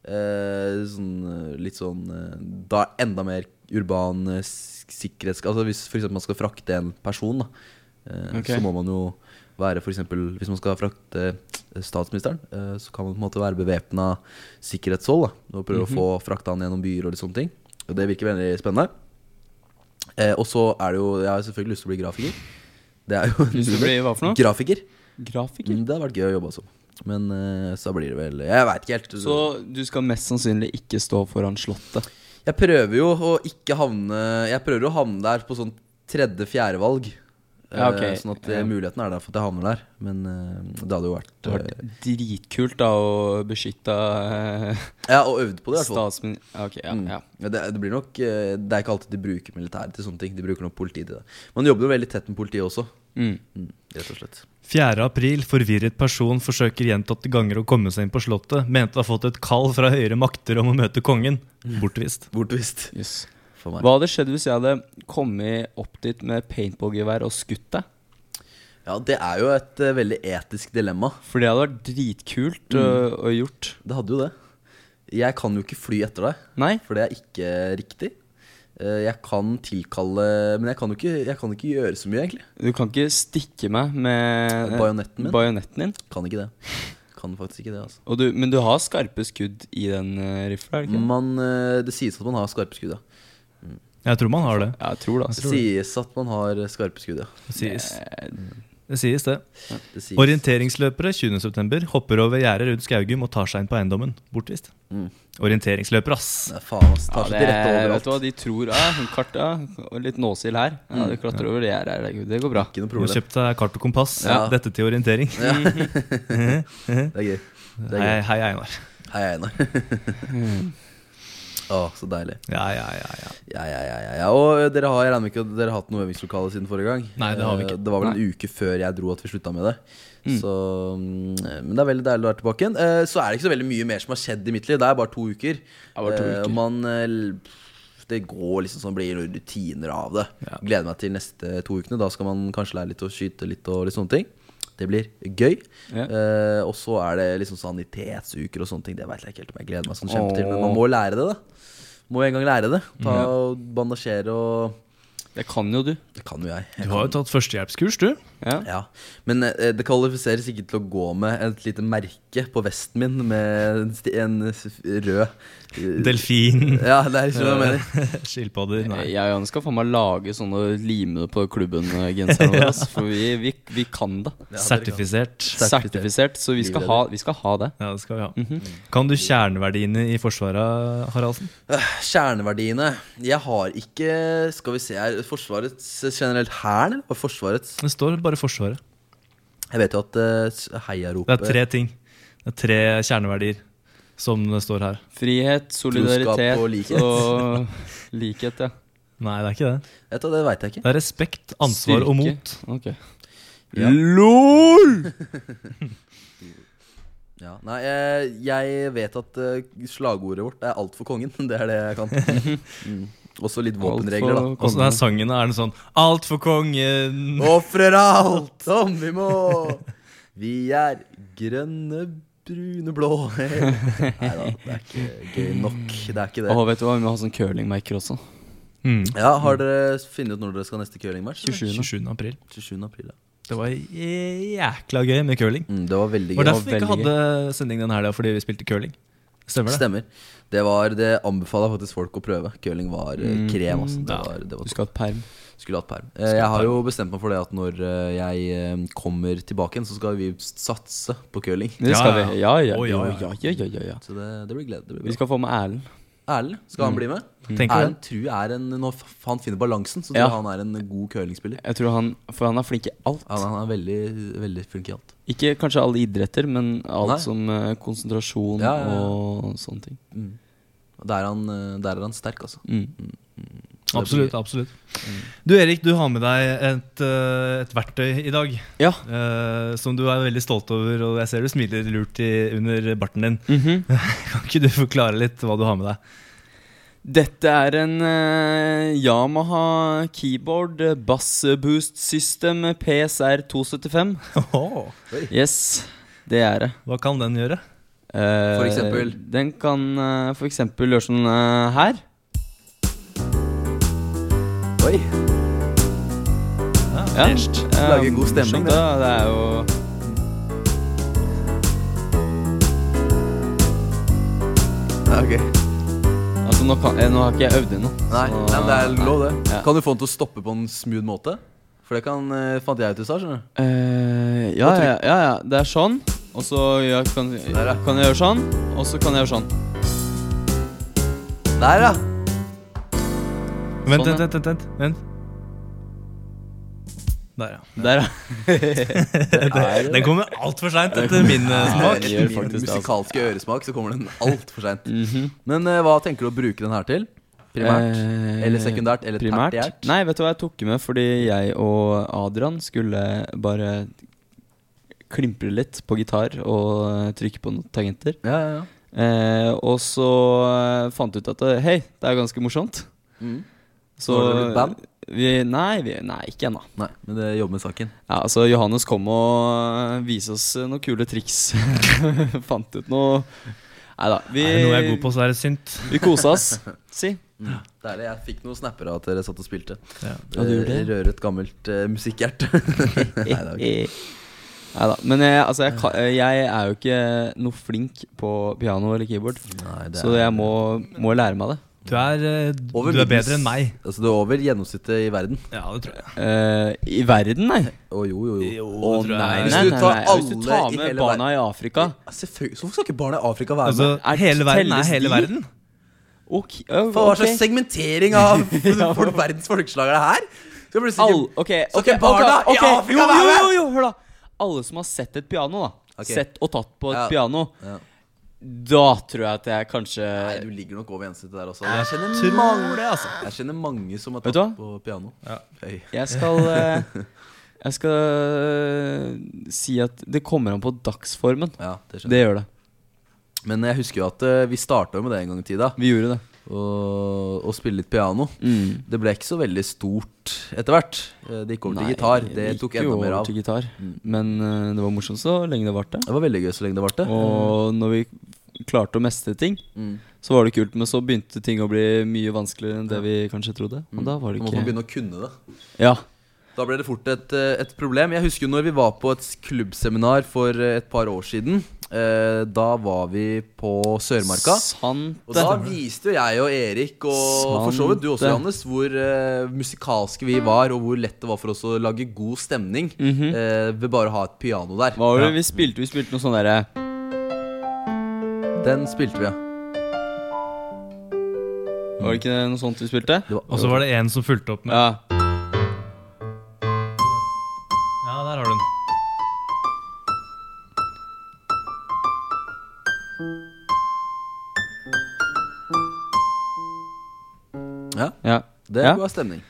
Speaker 5: sånn, eh, litt sånn eh, Da enda mer urban uh, sikkerhets... Altså hvis f.eks. man skal frakte en person, da, eh,
Speaker 7: Ok.
Speaker 5: så må man jo være for eksempel, Hvis man skal frakte statsministeren, eh, så kan man på en måte være bevæpna sikkerhetshold da, og prøve å
Speaker 7: Mhm.
Speaker 5: få frakta han gjennom byer og litt sånne ting. Og Det virker veldig spennende. Eh, og så er det jo Jeg har selvfølgelig lyst til å bli grafiker. Det er jo
Speaker 7: Lyst til å bli hva for noe?
Speaker 5: Grafiker.
Speaker 7: Grafiker.
Speaker 5: Mm, Det hadde vært gøy å jobbe som. Men eh, så blir det vel Jeg veit ikke helt.
Speaker 7: Så du skal mest sannsynlig ikke stå foran Slottet.
Speaker 5: Jeg prøver jo å ikke havne Jeg prøver å havne der på sånn tredje-fjerde valg. Eh,
Speaker 7: Ja, ok.
Speaker 5: Sånn at eh,
Speaker 7: Ja.
Speaker 5: muligheten er der for at jeg havner der. Men eh, det hadde jo vært,
Speaker 7: Det hadde
Speaker 5: eh,
Speaker 7: vært dritkult da å beskytte eh,
Speaker 5: Ja, og øvd på det, i hvert fall.
Speaker 7: statsmin... Ok, ja,
Speaker 5: Mm.
Speaker 7: ja.
Speaker 5: Ja, det, det blir nok eh, Det er ikke alltid de bruker militæret til sånne ting. De bruker nok politiet til det. Man jobber jo veldig tett med politiet også.
Speaker 7: Mm.
Speaker 5: Mm, rett og slett.
Speaker 6: 4. april. Forvirret person forsøker gjentatte ganger å komme seg inn på Slottet. Mente å ha fått et kall fra høyere makter om å møte kongen. Bortvist.
Speaker 5: Bortvist.
Speaker 7: Yes.
Speaker 5: For meg.
Speaker 7: Hva hadde skjedd hvis jeg hadde kommet opp dit med paintballgevær og skutt deg?
Speaker 5: Ja, det er jo et eh, veldig etisk dilemma.
Speaker 7: For det hadde vært dritkult
Speaker 5: Mm.
Speaker 7: øh, å gjort.
Speaker 5: Det hadde jo det. Jeg kan jo ikke fly etter deg,
Speaker 7: Nei?
Speaker 5: for det er ikke riktig. Eh, Jeg kan tilkalle Men jeg kan jo ikke, jeg kan ikke gjøre så mye, egentlig.
Speaker 7: Du kan ikke stikke meg med eh,
Speaker 5: Bajonetten min?
Speaker 7: bajonetten din.
Speaker 5: Kan ikke det. Kan faktisk ikke det, altså.
Speaker 7: Og du, men du har skarpe skudd i den eh, rifla, er det ikke?
Speaker 5: Man, eh, det sies at man har skarpe skudd, ja.
Speaker 6: Jeg tror man har det.
Speaker 7: Ja, jeg tror det.
Speaker 5: Det
Speaker 7: Altså. Eh,
Speaker 5: sies at man har skarpe skudd, ja.
Speaker 6: Det sies det. Sies det.
Speaker 5: Det sies.
Speaker 6: Orienteringsløpere 20.9. hopper over gjerdet rundt Skaugum og tar seg inn på eiendommen. Bortvist.
Speaker 5: Mm.
Speaker 6: Orienteringsløpere, ass!
Speaker 5: Nei, faen, ass.
Speaker 7: Ja,
Speaker 5: Tar
Speaker 7: det,
Speaker 5: seg til rette
Speaker 7: vet du hva
Speaker 5: overalt.
Speaker 7: de tror? Ja, hun karta og litt nåsild her. Ja, du klatrer over det her, er det- det går bra.
Speaker 5: Ikke noe
Speaker 6: Du har
Speaker 5: problem.
Speaker 6: kjøpt deg kart og kompass.
Speaker 5: Ja.
Speaker 6: Dette til orientering.
Speaker 5: Det er gøy. Det
Speaker 6: Hei,
Speaker 5: er gøy.
Speaker 6: hei, Einar.
Speaker 5: Hei, Einar.
Speaker 7: Mm.
Speaker 5: Å, så deilig.
Speaker 6: Ja, ja, ja, ja.
Speaker 5: Ja, ja, ja, ja, ja. Og eh, dere har, jeg regner med ikke at dere har hatt noe øvingslokale siden forrige gang.
Speaker 6: Nei, det har vi
Speaker 5: Eh,
Speaker 6: ikke.
Speaker 5: Det var vel en uke før jeg dro at vi slutta med det. Så, mm, men det er veldig deilig å være tilbake igjen. Eh, Så er det ikke så veldig mye mer som har skjedd i mitt liv. Det er bare to uker.
Speaker 7: Ja, bare to
Speaker 5: Eh,
Speaker 7: uker.
Speaker 5: Man, eh, l- det går liksom sånn, blir noen rutiner av det. Gleder meg til neste to ukene. Da skal man kanskje lære litt å skyte litt og litt sånne ting. Det blir gøy.
Speaker 7: Ja.
Speaker 5: Eh, og så er det liksom sanitetsuker og sånne ting. Det veit jeg ikke helt om jeg gleder meg sånn kjempe til, men man må lære det, da. Må en gang lære det. Ta og Bandasjere og
Speaker 7: Det kan jo du.
Speaker 5: Det kan jo jeg.
Speaker 6: Du
Speaker 5: jeg
Speaker 6: har jo tatt førstehjelpskurs, du.
Speaker 7: Ja.
Speaker 5: ja. Men eh, det kvalifiseres ikke til å gå med et lite merke på vesten min med en, sti- en s- rød eh,
Speaker 6: Delfin.
Speaker 5: Ja, det er liksom hva jeg mener.
Speaker 6: Skilpadder. Nei.
Speaker 7: Jeg og Jan skal faen meg lage sånne og lime det på klubben-genserne våre. ass, For vi, vi, vi kan det.
Speaker 6: Sertifisert.
Speaker 7: Sertifisert. Så vi skal ha, vi skal ha det.
Speaker 6: Ja, det skal vi ha.
Speaker 5: Mhm.
Speaker 6: Kan du kjerneverdiene i Forsvaret, Haraldsen?
Speaker 5: Øh, Kjerneverdiene. Jeg har ikke Skal vi se her Forsvarets generelt hæren? eller Forsvarets
Speaker 6: Det står bare Forsvaret.
Speaker 5: Jeg vet jo at uh,
Speaker 6: Det
Speaker 5: heiaropet
Speaker 6: er tre ting. Det er tre kjerneverdier som det står her.
Speaker 7: Frihet, solidaritet
Speaker 5: og
Speaker 7: og
Speaker 5: likhet.
Speaker 7: likhet. ja.
Speaker 6: Nei, det er ikke det.
Speaker 5: Vet du hva, Det veit jeg ikke.
Speaker 6: Det er respekt, ansvar og
Speaker 7: Styrke.
Speaker 6: mot.
Speaker 7: Ok.
Speaker 5: Ja.
Speaker 7: LOL!
Speaker 5: Ja. Nei, jeg, jeg vet at eh, slagordet vårt er 'alt for kongen'. Det er det jeg kan. Mm. Også litt våpenregler, da.
Speaker 6: Og så den her sangen er den sånn Alt for kongen!
Speaker 5: Ofrer alt som vi må. Vi er grønne brune blå Nei da, det er ikke gøy nok. Det er ikke det.
Speaker 7: Å, vet du hva, vi må ha sånn curlingmaker også.
Speaker 6: Mm.
Speaker 5: Ja, Har dere funnet ut når dere skal ha neste curlingmatch?
Speaker 6: 27. april.
Speaker 5: 27. april, ja.
Speaker 6: Det var jækla gøy med curling.
Speaker 5: Mm, det var veldig
Speaker 6: Det var
Speaker 5: gøy.
Speaker 7: det-
Speaker 6: derfor vi ikke
Speaker 7: veldig
Speaker 6: hadde sending den helga, fordi vi spilte curling. Stemmer det?
Speaker 5: Stemmer. Det var, det anbefaler jeg faktisk folk å prøve. Curling var eh,
Speaker 7: Mm.
Speaker 5: krem. Altså. Det var, det var
Speaker 7: Du skal ha et perm.
Speaker 5: Skulle hatt perm. Eh, Jeg har jo bestemt meg for det at når eh, jeg eh, kommer tilbake igjen, så skal vi satse på curling.
Speaker 7: Det
Speaker 6: Ja,
Speaker 7: skal
Speaker 6: ja.
Speaker 7: vi. Ja, ja.
Speaker 6: Å, ja,
Speaker 7: jo,
Speaker 6: ja.
Speaker 7: ja, ja, ja, ja, ja.
Speaker 5: Så det, det blir glede. Det
Speaker 7: Vi
Speaker 5: blir bra.
Speaker 7: skal få med Erlend.
Speaker 5: Erlend, skal han bli med?
Speaker 6: Tenk på
Speaker 5: Erlend tror jeg er en Når f- han finner balansen, så tror
Speaker 7: Ja.
Speaker 5: jeg han er en god curlingspiller.
Speaker 7: Jeg tror han, For han er flink i alt.
Speaker 5: Han, han er veldig, veldig flink i alt.
Speaker 7: Ikke kanskje alle idretter, men alt
Speaker 5: Nei.
Speaker 7: som eh, konsentrasjon
Speaker 5: Ja, ja, ja.
Speaker 7: og sånne ting.
Speaker 5: Og Der er han, eh, der er han sterk, altså.
Speaker 7: Mm.
Speaker 6: Absolutt. absolutt Du Erik, du har med deg et, eh, et verktøy i dag
Speaker 7: Ja.
Speaker 6: eh, som du er veldig stolt over. Og jeg ser du smiler lurt i, under barten din. Kan ikke du forklare litt hva du har med deg?
Speaker 7: Dette er en eh, Yamaha keyboard eh, bass boost system eh, PSR 275.
Speaker 6: Åhå,
Speaker 7: Yes, det er det.
Speaker 6: hva kan den gjøre?
Speaker 7: Eh,
Speaker 5: For eksempel?
Speaker 7: Den kan eh, for eksempel gjøre sånn eh, her.
Speaker 5: Oi,
Speaker 6: Ja,
Speaker 7: Ja.
Speaker 6: fresh.
Speaker 7: Eh,
Speaker 5: Lager god stemning,
Speaker 7: morsomt,
Speaker 5: det.
Speaker 7: da. Det er jo
Speaker 5: ja, ok
Speaker 7: Altså, nå, kan, eh, nå har ikke jeg øvd ennå.
Speaker 5: Nei,
Speaker 7: så-
Speaker 5: nei, men det er lov, det.
Speaker 7: Ja.
Speaker 5: Kan du få den til å stoppe på en smooth måte? For det kan, eh, fant jeg ut i stad, skjønner du.
Speaker 7: Eh, ja, ja, ja, ja. Det er sånn. Og så ja, kan,
Speaker 5: ja.
Speaker 7: kan jeg gjøre sånn, og så kan jeg gjøre sånn.
Speaker 5: Der, ja!
Speaker 6: Vent,
Speaker 7: Sånn,
Speaker 6: vent, vent, vent, vent, vent. Der, ja.
Speaker 7: Der, ja.
Speaker 6: Den, den kommer altfor seint etter min eh,
Speaker 7: Ja,
Speaker 6: smak.
Speaker 7: den
Speaker 5: Min
Speaker 7: gjør faktisk Mhm. det, altså.
Speaker 5: musikalske øresmak, så kommer den altfor seint. Men eh, hva tenker du å bruke den her til? Primært?
Speaker 7: Eh,
Speaker 5: eller sekundært? Eller tertiært?
Speaker 7: Nei, vet du hva jeg tok med? Fordi jeg og Adrian skulle bare klimpre litt på gitar og eh, trykke på noen tangenter.
Speaker 5: Ja, ja, ja.
Speaker 7: Eh, og så eh, fant vi ut at eh, hei, det er ganske morsomt.
Speaker 5: Mm. Så har dere blitt band?
Speaker 7: vi, nei, vi, nei, ikke ennå.
Speaker 5: Nei, men det jobber med saken.
Speaker 7: Ja, altså Johannes kom og viste oss eh, noen kule triks. Fant ut noe Nei da. Vi,
Speaker 6: Er det noe jeg er god på, så er det synt.
Speaker 7: vi kosa oss, si.
Speaker 5: Deilig. Jeg fikk noen snapper av at dere satt og spilte.
Speaker 6: Ja.
Speaker 7: Ja, du gjorde det.
Speaker 5: rører et gammelt eh, musikkhjerte. Nei, det er jo ikke-
Speaker 7: Nei da. Men jeg, altså, jeg, kan- jeg er jo ikke noe flink på piano eller keyboard,
Speaker 5: Nei, det
Speaker 7: så
Speaker 5: er-
Speaker 7: jeg må, må lære meg det.
Speaker 6: Du er, eh,
Speaker 5: Over
Speaker 6: du er
Speaker 5: middels.
Speaker 6: bedre enn meg.
Speaker 5: Altså, det er over gjennomsnittet i verden.
Speaker 6: Ja, det tror jeg.
Speaker 7: Eh, I verden, nei.
Speaker 5: Å jo, jo, jo.
Speaker 7: Å
Speaker 6: tror jeg.
Speaker 7: nei,
Speaker 5: Hvis
Speaker 7: nei,
Speaker 5: du
Speaker 7: nei,
Speaker 5: tar
Speaker 7: nei. Hvis du
Speaker 5: alle
Speaker 7: tar
Speaker 5: i
Speaker 7: med
Speaker 5: hele
Speaker 7: barna i Afrika
Speaker 5: Ja, selvfølgelig. Så Hvorfor skal ikke barna i Afrika være
Speaker 6: Altså,
Speaker 5: med?
Speaker 7: Er-
Speaker 6: hele verden er
Speaker 7: telles
Speaker 6: hele
Speaker 7: de?
Speaker 6: verden.
Speaker 7: Ok, ja,
Speaker 5: Faen, Hva slags
Speaker 7: ok.
Speaker 5: segmentering av
Speaker 7: Ja.
Speaker 5: for verdens folkeslag er det her? Skal bli sikker-
Speaker 7: All, ok,
Speaker 5: Så
Speaker 7: ok,
Speaker 5: ikke barna
Speaker 7: ok,
Speaker 5: i
Speaker 7: ok.
Speaker 5: Afrika
Speaker 7: Jo,
Speaker 5: være
Speaker 7: jo,
Speaker 5: med?
Speaker 7: jo, jo, hør da Alle som har sett et piano da
Speaker 5: Ok.
Speaker 7: Sett og tatt på et
Speaker 5: Ja.
Speaker 7: piano
Speaker 5: Ja.
Speaker 7: Da tror jeg at jeg kanskje
Speaker 5: Nei, du ligger nok over gjennomsnittet der også. Jeg
Speaker 6: Tror
Speaker 5: kjenner mange,
Speaker 6: det, altså.
Speaker 5: jeg kjenner mange som har
Speaker 7: Vet du
Speaker 5: tatt på piano.
Speaker 6: Ja.
Speaker 5: Hey.
Speaker 7: Jeg skal eh, Jeg skal eh, si at det kommer an på dagsformen
Speaker 5: Ja, det skjønner
Speaker 7: Det gjør det
Speaker 5: jeg. Men jeg husker jo at eh, vi starta med det en gang i tida,
Speaker 7: Vi gjorde det
Speaker 5: å å spille litt piano.
Speaker 7: Mm.
Speaker 5: Det ble ikke så veldig stort etter hvert. Eh, Det gikk over til
Speaker 7: Nei,
Speaker 5: gitar. Det
Speaker 7: gikk
Speaker 5: tok
Speaker 7: jo
Speaker 5: enda
Speaker 7: over
Speaker 5: mer av. Mm.
Speaker 7: til gitar, Men eh, det var morsomt så lenge det var det
Speaker 5: Det var veldig gøy så lenge det varte.
Speaker 7: Og når vi klarte å mestre ting
Speaker 5: Mm.
Speaker 7: Så var det kult Men så begynte ting å bli mye vanskeligere Enn det vi kanskje trodde Og da var
Speaker 5: Mm. Du
Speaker 7: det
Speaker 5: måtte
Speaker 7: ikke
Speaker 5: begynne å kunne det.
Speaker 7: Ja
Speaker 5: Da ble det fort et, eh, et problem. Jeg husker jo når vi var på et s- klubbseminar for eh, et par år siden. Eh, Da var vi på Sørmarka.
Speaker 7: Sant
Speaker 5: Og
Speaker 7: det.
Speaker 5: da viste jo jeg og Erik, og for så vidt du også,
Speaker 7: Sant.
Speaker 5: Johannes, hvor eh, musikalske vi var, og hvor lett det var for oss å lage god stemning eh, ved bare å ha et piano der.
Speaker 7: Hva var det
Speaker 6: Ja.
Speaker 7: vi spilte? Vi spilte noe sånn derre
Speaker 5: Den spilte vi, ja.
Speaker 7: Var det ikke noe sånt vi spilte?
Speaker 5: Det var,
Speaker 6: Og så var det en som fulgte opp med
Speaker 7: Ja.
Speaker 6: Ja, der har du den.
Speaker 5: ja.
Speaker 7: Ja.
Speaker 5: Det
Speaker 7: Ja.
Speaker 5: var stemning.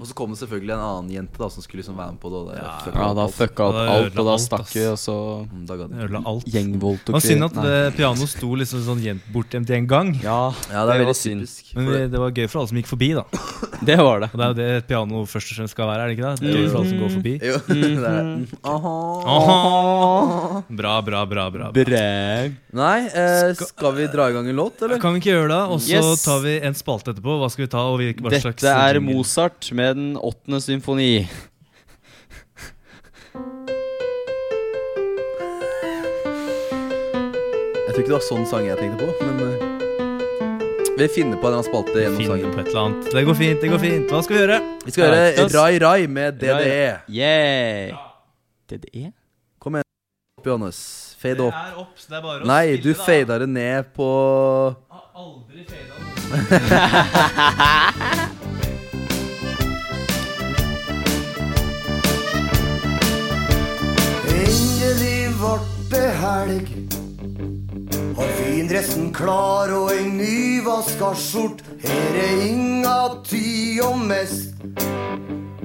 Speaker 5: Og så kom det selvfølgelig en annen jente da som skulle liksom være med på det. Og det fucka
Speaker 7: ja,
Speaker 5: opp
Speaker 7: da
Speaker 5: alt.
Speaker 7: fucka opp
Speaker 6: Ja, da
Speaker 7: alt, og
Speaker 6: ødela
Speaker 7: da
Speaker 6: alt,
Speaker 7: stakk
Speaker 6: ass.
Speaker 7: vi, og så
Speaker 5: Mm, Da ga det.
Speaker 6: Ødela alt. Det
Speaker 7: gjengvoldtok
Speaker 6: var
Speaker 7: vi.
Speaker 6: synd at
Speaker 7: Nei.
Speaker 6: det pianoet sto liksom sånn gjemt bortgjemt i en gang.
Speaker 7: Ja,
Speaker 5: Ja, det er veldig
Speaker 7: var synd.
Speaker 5: typisk.
Speaker 6: Men
Speaker 5: for
Speaker 6: vi,
Speaker 5: det.
Speaker 6: det var gøy for alle som gikk forbi, da. Og
Speaker 7: Det var det.
Speaker 6: det er jo det et piano først og fremst skal være, er det ikke det? Det er gøy for alle som går forbi.
Speaker 5: Jo, det er det. Mm, aha.
Speaker 6: Aha! Bra, bra, bra. bra, bra.
Speaker 7: Brag.
Speaker 5: Nei, eh, skal vi dra i gang en låt, eller?
Speaker 6: Kan vi ikke gjøre det? Og så
Speaker 7: Yes.
Speaker 6: tar vi en spalte etterpå. Hva skal vi ta? Og hvil- hva slags
Speaker 7: Dette er
Speaker 6: jingle?
Speaker 7: Mozart med Den åttende symfoni.
Speaker 5: Jeg tror ikke det var sånn sang jeg tenkte på, men eh, vi finner på en eller annen spalte gjennom
Speaker 6: Finne
Speaker 5: sangen.
Speaker 6: på et eller annet. Det går fint, det går fint. Hva skal vi gjøre?
Speaker 5: Vi skal gjøre
Speaker 7: Yes.
Speaker 5: Rai Rai med E. DDE.
Speaker 7: Yeah. DDE?
Speaker 5: Kom igjen, opp, Johannes. Fade opp.
Speaker 6: er opp, det er bare
Speaker 5: Nei, du fada det ned på
Speaker 6: Aldri
Speaker 8: Endelig vart det helg. Har findressen klar og ei nyvaska skjort. Her er inga tid å mist.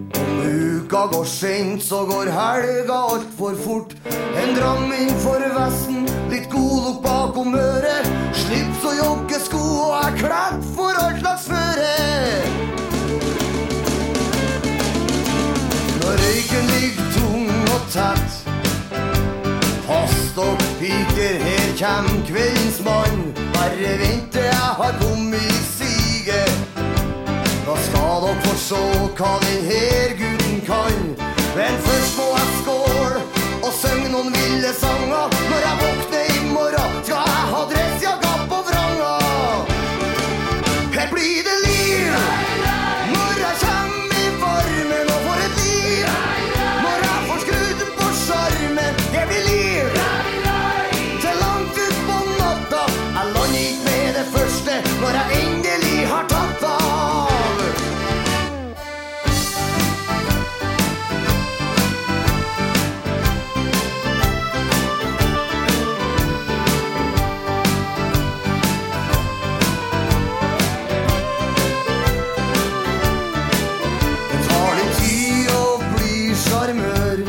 Speaker 8: Om uka går seint, så går helga altfor fort. En dram inn for vesten, litt godlukt bakom øret. Slips og joggesko, og er kledd for all slags føre. Når røyken ligger tung og tett Pass dere piker, her kjem kveldens mann Bare vent til jeg har kommet i siget Da skal dere få se hva den her gutten kan Men først må jeg skål og synge noen ville sanger Når jeg våkner i morgen skal jeg ha dressjakka på vranga Her blir det liv! Når jeg kjem i varmen og får et liv Når jeg får skrudd på skjermen Det blir liv Til langt ut på natta Jeg lander ikke med det første Når jeg endelig har tatt av Tar det tid å bli sjarmør?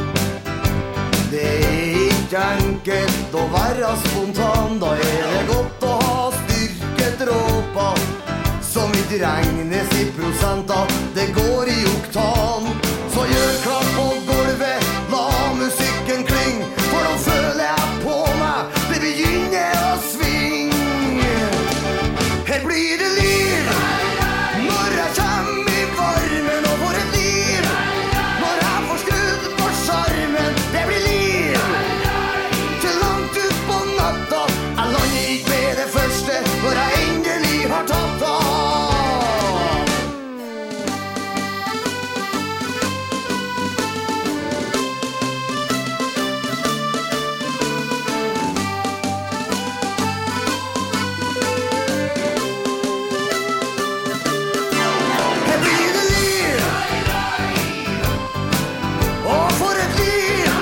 Speaker 8: Det er ikke enkelt å være spontan. Da er det godt å ha styrkedråper som ikke regnes i prosenter. Det går i oktan. Så gjør klart på gulvet, la musikken klinge. For nå føler jeg på meg, det begynner å svinge. Her blir det liv Når jeg kjem i varmen og får et liv Når jeg får skrudd på skjermen Det blir liv Til langt ut på natta Jeg lander ikke med det første Når jeg endelig har tatt av Her blir det liv Å, for et liv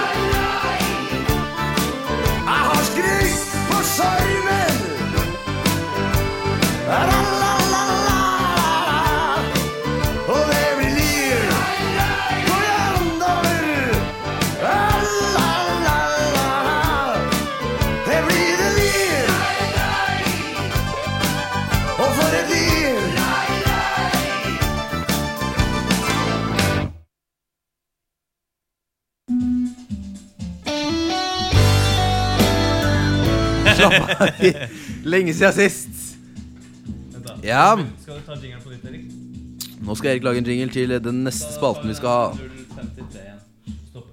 Speaker 8: Jeg har skrytt på skjermen La, la, la, la, la Og det blir liv Gå gjennom La, la, la, la Her blir det liv Å, for et liv
Speaker 5: Lenge siden sist. Ja,
Speaker 6: Skal du ta jingeren på nytt, Erik?
Speaker 5: nå skal Erik lage en jingle til den neste spalten vi skal ha.
Speaker 6: 053 igjen. Stopp.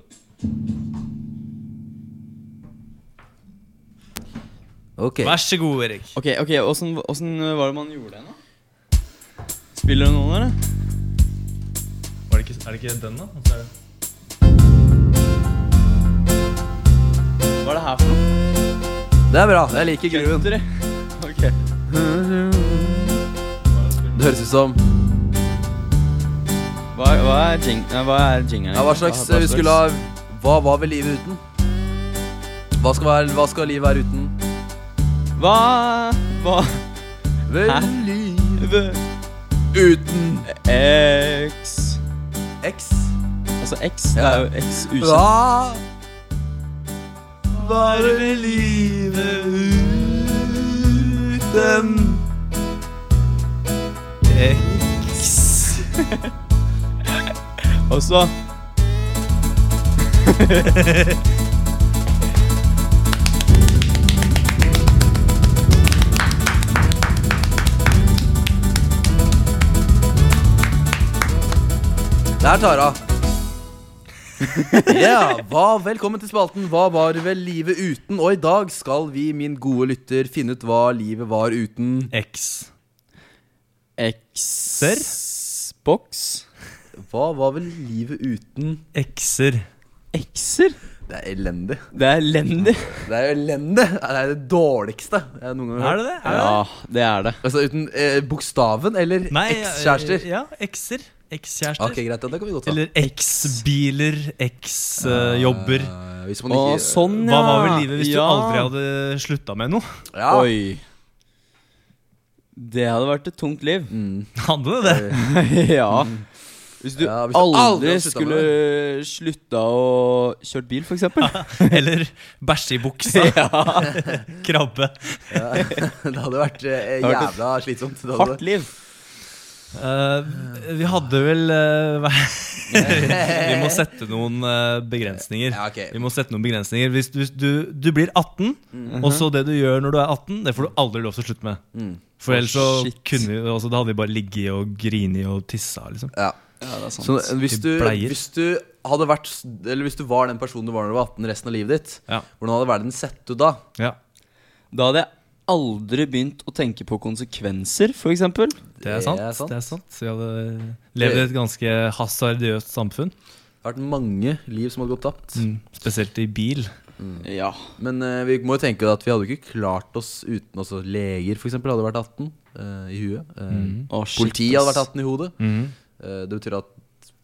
Speaker 5: Ok,
Speaker 6: Vær så god, Erik.
Speaker 7: Ok, ok, åssen var det man gjorde det nå? Spiller du noen, eller?
Speaker 6: Var det ikke, er det ikke den, da? Og så er det-
Speaker 7: Hva er det her for noe?
Speaker 5: det er bra. Jeg liker grooven.
Speaker 7: Gutter, Ok.
Speaker 5: Det høres ut som
Speaker 7: Hva, hva er jing... Nei, hva er jingeren?
Speaker 5: Ja, hva slags eh, Vi skulle ha Hva var vel livet uten? Hva skal, være, hva skal livet være uten?
Speaker 7: Hva Hva
Speaker 5: Vel,
Speaker 7: Hæ?
Speaker 5: uten
Speaker 7: X
Speaker 5: X.
Speaker 7: Altså X, det
Speaker 5: Ja.
Speaker 7: er jo X ukjent.
Speaker 5: Hva var vel livet uten
Speaker 7: X. Og så
Speaker 5: der, Tara. Ja, hva, velkommen til spalten Hva var vel livet uten? Og i dag skal vi, min gode lytter, finne ut hva livet var uten
Speaker 6: X.
Speaker 7: Xer? Boks?
Speaker 5: Hva var vel livet uten
Speaker 6: X-er.
Speaker 7: Xer?
Speaker 5: Det er elendig.
Speaker 7: Det er elendig.
Speaker 5: Det er elendig! Det er det dårligste jeg noen gang
Speaker 6: Er
Speaker 5: har hørt.
Speaker 6: det det? Er det det?
Speaker 7: Ja, det er det.
Speaker 5: Altså uten eh, bokstaven eller
Speaker 6: Nei, eh,
Speaker 5: ekskjærester?
Speaker 6: Ja, X-er. Ekskjærester.
Speaker 5: Ok, greit, ja, det kan vi godt ta.
Speaker 6: Eller X-biler, X-jobber.
Speaker 5: Eh, hvis man
Speaker 7: Å,
Speaker 5: ikke
Speaker 7: sånn, ja.
Speaker 6: Hva var vel livet hvis
Speaker 7: Ja.
Speaker 6: du aldri hadde slutta med noe?
Speaker 5: ja.
Speaker 7: Oi. Det hadde vært et tungt liv.
Speaker 5: Mm.
Speaker 6: Hadde det det?
Speaker 7: ja. Hvis du
Speaker 5: Ja, hvis du
Speaker 7: aldri,
Speaker 5: aldri hadde sluttet
Speaker 7: skulle slutta å kjøre bil, for eksempel.
Speaker 6: Eller bæsje i buksa? Krabbe.
Speaker 5: Det hadde vært eh,
Speaker 7: hadde vært et
Speaker 5: jævla slitsomt. Det hadde
Speaker 7: Hardt liv.
Speaker 6: Eh, vi hadde vel eh, hva- Vi må sette noen eh, begrensninger.
Speaker 5: Ja, ok.
Speaker 6: Vi må sette noen begrensninger Hvis du, hvis du, du blir 18,
Speaker 7: Mm.
Speaker 6: og så det du gjør når du er 18, det får du aldri lov til å slutte med. For ellers
Speaker 7: Å,
Speaker 6: så
Speaker 7: shit.
Speaker 6: kunne vi, altså, da hadde vi bare ligget og grinet og tissa. Liksom.
Speaker 5: Ja.
Speaker 7: Ja, det er sant.
Speaker 5: Så hvis
Speaker 6: I
Speaker 5: du,
Speaker 6: bleier.
Speaker 5: hvis du hadde vært Eller hvis du var den personen du var da du var 18 resten av livet ditt,
Speaker 6: Ja.
Speaker 5: hvordan hadde verden sett ut da?
Speaker 6: Ja,
Speaker 7: Da hadde jeg aldri begynt å tenke på konsekvenser, for eksempel.
Speaker 6: det er sant.
Speaker 5: sant.
Speaker 6: Det er sant. Vi hadde levd i et ganske hasardiøst samfunn.
Speaker 5: Det hadde vært mange liv som hadde gått tapt.
Speaker 6: Mm. Spesielt i bil.
Speaker 7: Ja.
Speaker 5: Men eh, vi må jo tenke at vi hadde jo ikke klart oss uten også leger, f.eks. hadde vært 18 eh, i huet. Eh,
Speaker 6: Mm.
Speaker 7: Å, shit,
Speaker 5: Politiet hadde
Speaker 7: ass.
Speaker 5: vært 18 i hodet. Eh, det betyr at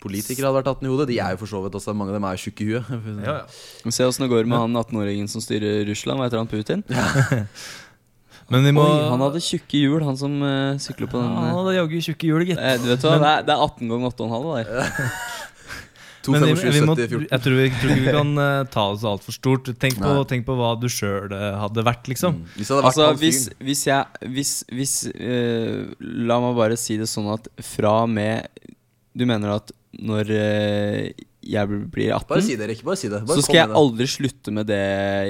Speaker 5: politikere hadde vært 18 i hodet. De er jo for så vidt også, mange av dem er jo tjukke i huet.
Speaker 7: Vi ser åssen det går med han 18-åringen som styrer Russland. Hva heter han? Putin?
Speaker 6: Men vi må
Speaker 7: Oi, han hadde tjukke hjul, han som eh, sykler på den
Speaker 6: Han
Speaker 7: eh.
Speaker 6: hadde jaggu tjukke hjul, gitt.
Speaker 7: Eh, Du vet hva, det er, det er 18 ganger 8,5 det der.
Speaker 5: 2,
Speaker 6: Men
Speaker 5: 5,
Speaker 6: vi,
Speaker 5: 7,
Speaker 6: vi må,
Speaker 5: 70, 14.
Speaker 6: jeg tror vi, tror ikke vi kan eh, ta oss altfor stort. Tenk på,
Speaker 5: Nei. Mm.
Speaker 6: tenk på hva du sjøl hadde vært, liksom.
Speaker 5: Hvis det hadde vært
Speaker 7: Altså,
Speaker 5: han fyren-
Speaker 7: hvis, hvis jeg Hvis, hvis eh, La meg bare si det sånn at fra og med Du mener at når eh, jeg blir 18,
Speaker 6: Mm.
Speaker 5: Bare si det, Erik. Bare si det. Bare
Speaker 7: så
Speaker 5: kom
Speaker 7: skal jeg
Speaker 5: med det.
Speaker 7: aldri slutte med det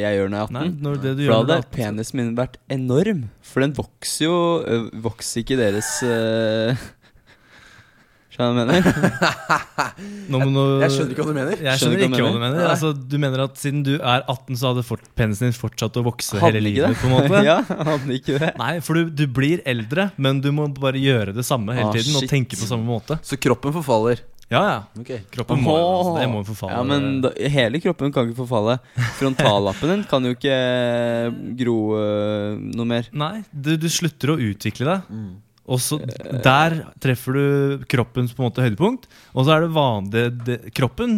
Speaker 7: jeg gjør når jeg er 18.
Speaker 6: Nei, når det du
Speaker 7: For da
Speaker 6: gjør
Speaker 7: hadde
Speaker 6: når du er 18.
Speaker 7: penisen min vært enorm. For den vokser jo ø, Vokser ikke deres øh, Skjønner du hva jeg mener?
Speaker 6: Nå må du-
Speaker 5: Jeg skjønner ikke hva du mener.
Speaker 6: Jeg skjønner ikke hva du mener.
Speaker 5: Nei.
Speaker 6: Altså, du mener at siden du er 18, så hadde fort, penisen din fortsatt å vokse hele
Speaker 7: Hadde ikke
Speaker 6: livet?
Speaker 7: det?
Speaker 6: på en måte
Speaker 7: ja, hadde ikke det.
Speaker 6: Nei, for du, du blir eldre, men du må bare gjøre det samme hele
Speaker 7: Ah,
Speaker 6: tiden. Og
Speaker 7: shit.
Speaker 6: tenke på samme måte.
Speaker 5: Så kroppen forfaller.
Speaker 6: Ja, ja.
Speaker 5: Ok
Speaker 6: Kroppen må altså, det må jo forfalle.
Speaker 7: Ja, men da, hele kroppen kan ikke forfalle. Frontallappen din kan jo ikke eh, gro øh, noe mer.
Speaker 6: Nei, du, du slutter å utvikle deg.
Speaker 7: Mm.
Speaker 6: Og så Der treffer du kroppens på en måte høydepunkt. Og så er det vanlig det, Kroppen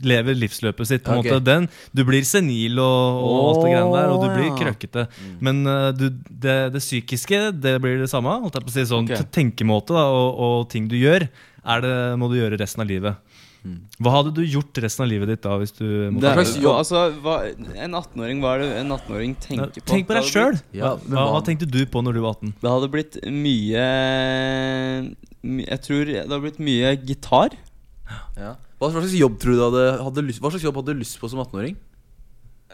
Speaker 6: lever livsløpet sitt. på en
Speaker 5: Ok.
Speaker 6: måte den, Du blir senil og, og alt det greiene der, og du blir
Speaker 7: Å, ja.
Speaker 6: krøkkete.
Speaker 7: Mm.
Speaker 6: Men eh, du, det, det psykiske det blir det samme. Holdt jeg på å si sånn
Speaker 7: Ok.
Speaker 6: t- Tenkemåte da, og, og ting du gjør, er det, må du gjøre resten av livet. Hva hadde du gjort resten av livet ditt da? hvis du måtte
Speaker 7: Mm. Det er,
Speaker 5: slags jobb?
Speaker 7: altså, hva, en 18-åring, hva er det en 18-åring tenker på?
Speaker 6: Tenk på deg
Speaker 7: Det hadde
Speaker 6: sjøl!
Speaker 7: blitt-
Speaker 5: Ja, men
Speaker 6: hva, hva
Speaker 5: hva-
Speaker 6: tenkte du på når du var 18?
Speaker 7: Det hadde blitt mye my- Jeg tror det hadde blitt mye gitar.
Speaker 5: Ja. Hva slags jobb tror du du hadde, hadde lyst, Hva slags jobb hadde du lyst på som 18-åring?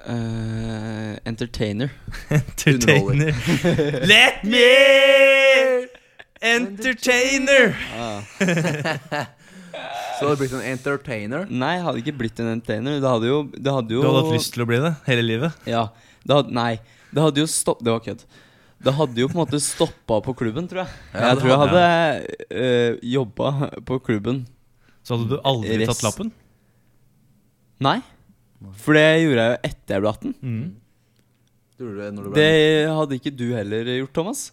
Speaker 7: Eh, entertainer.
Speaker 6: Entertainer. Let me entertainer!
Speaker 5: Så hadde du blitt en entertainer.
Speaker 7: Nei, jeg hadde ikke blitt en entertainer. Det hadde jo, det hadde jo
Speaker 6: Du hadde hatt lyst til å bli det hele livet?
Speaker 7: Ja, det hadde, Nei, det hadde jo stopp... Det var kødd. Det hadde jo på en måte stoppa på klubben, tror jeg.
Speaker 5: Ja,
Speaker 7: jeg
Speaker 5: det
Speaker 7: tror jeg hadde øh, jobba på klubben.
Speaker 6: Så hadde du aldri
Speaker 7: Rest.
Speaker 6: tatt lappen?
Speaker 7: Nei. For det gjorde jeg jo etter jeg ble 18.
Speaker 5: Tror du det når du
Speaker 7: Det
Speaker 5: ble
Speaker 7: hadde ikke du heller gjort, Thomas.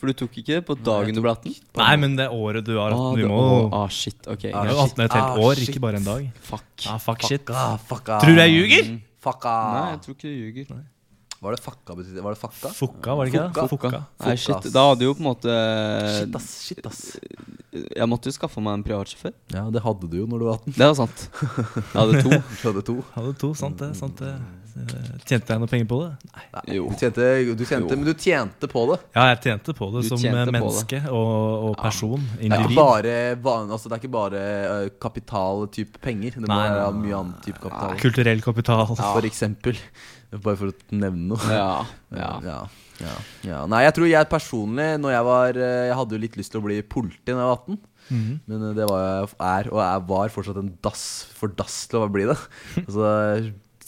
Speaker 7: For du tok ikke det på dagen du ble 18.
Speaker 6: Nei, men det året du er 18,
Speaker 7: Ah,
Speaker 6: vi
Speaker 7: det-
Speaker 6: må
Speaker 7: å, ah, shit. Ok,
Speaker 6: Du er
Speaker 7: greit.
Speaker 6: jo 18 et helt
Speaker 5: Ah,
Speaker 6: år,
Speaker 5: shit.
Speaker 6: ikke bare en dag.
Speaker 7: Fuck.
Speaker 6: Ah, fuck shit.
Speaker 5: Fucka, fucka.
Speaker 6: Tror du jeg ljuger?
Speaker 5: Fucka.
Speaker 7: Nei, jeg tror ikke du ljuger. Nei.
Speaker 5: Var det fucka betydde Var det Ah. fucka?
Speaker 6: Fukka, var det ikke det?
Speaker 5: Fukka.
Speaker 6: Fukka.
Speaker 7: Nei,
Speaker 5: Fuck,
Speaker 7: shit.
Speaker 5: ass.
Speaker 7: Da hadde jo på en måte
Speaker 6: Eh,
Speaker 5: Shit, ass. Shit, ass.
Speaker 7: Jeg måtte jo skaffa meg en privatsjåfør.
Speaker 5: Ja, det hadde du jo når du var 18.
Speaker 7: Det var sant. Jeg hadde to.
Speaker 5: Du hadde to.
Speaker 6: Hadde to, sant det. sant det eh, Tjente jeg noe penger på det? Nei.
Speaker 5: Nei,
Speaker 7: Jo.
Speaker 5: Du tjente, du tjente,
Speaker 7: Jo.
Speaker 5: men du tjente på det.
Speaker 6: Ja, jeg tjente på det
Speaker 7: Du
Speaker 6: som
Speaker 7: tjente
Speaker 6: eh,
Speaker 7: på
Speaker 6: menneske og, og person.
Speaker 5: Det er
Speaker 6: Individ.
Speaker 5: ikke bare, van- altså, det er ikke bare eh, kapital type penger. Det må
Speaker 6: Nei,
Speaker 5: være
Speaker 6: nei,
Speaker 5: mye annen type kapital.
Speaker 6: Kulturell kapital.
Speaker 5: For eksempel. Bare for å nevne noe.
Speaker 7: Ja, ja.
Speaker 5: ja. ja, ja. Nei, jeg tror jeg personlig Når jeg var eh, Jeg hadde jo litt lyst til å bli politi da jeg var 18.
Speaker 7: Mhm.
Speaker 5: Men eh, det var jeg er, og jeg var fortsatt en dass for dass til å bli det. Altså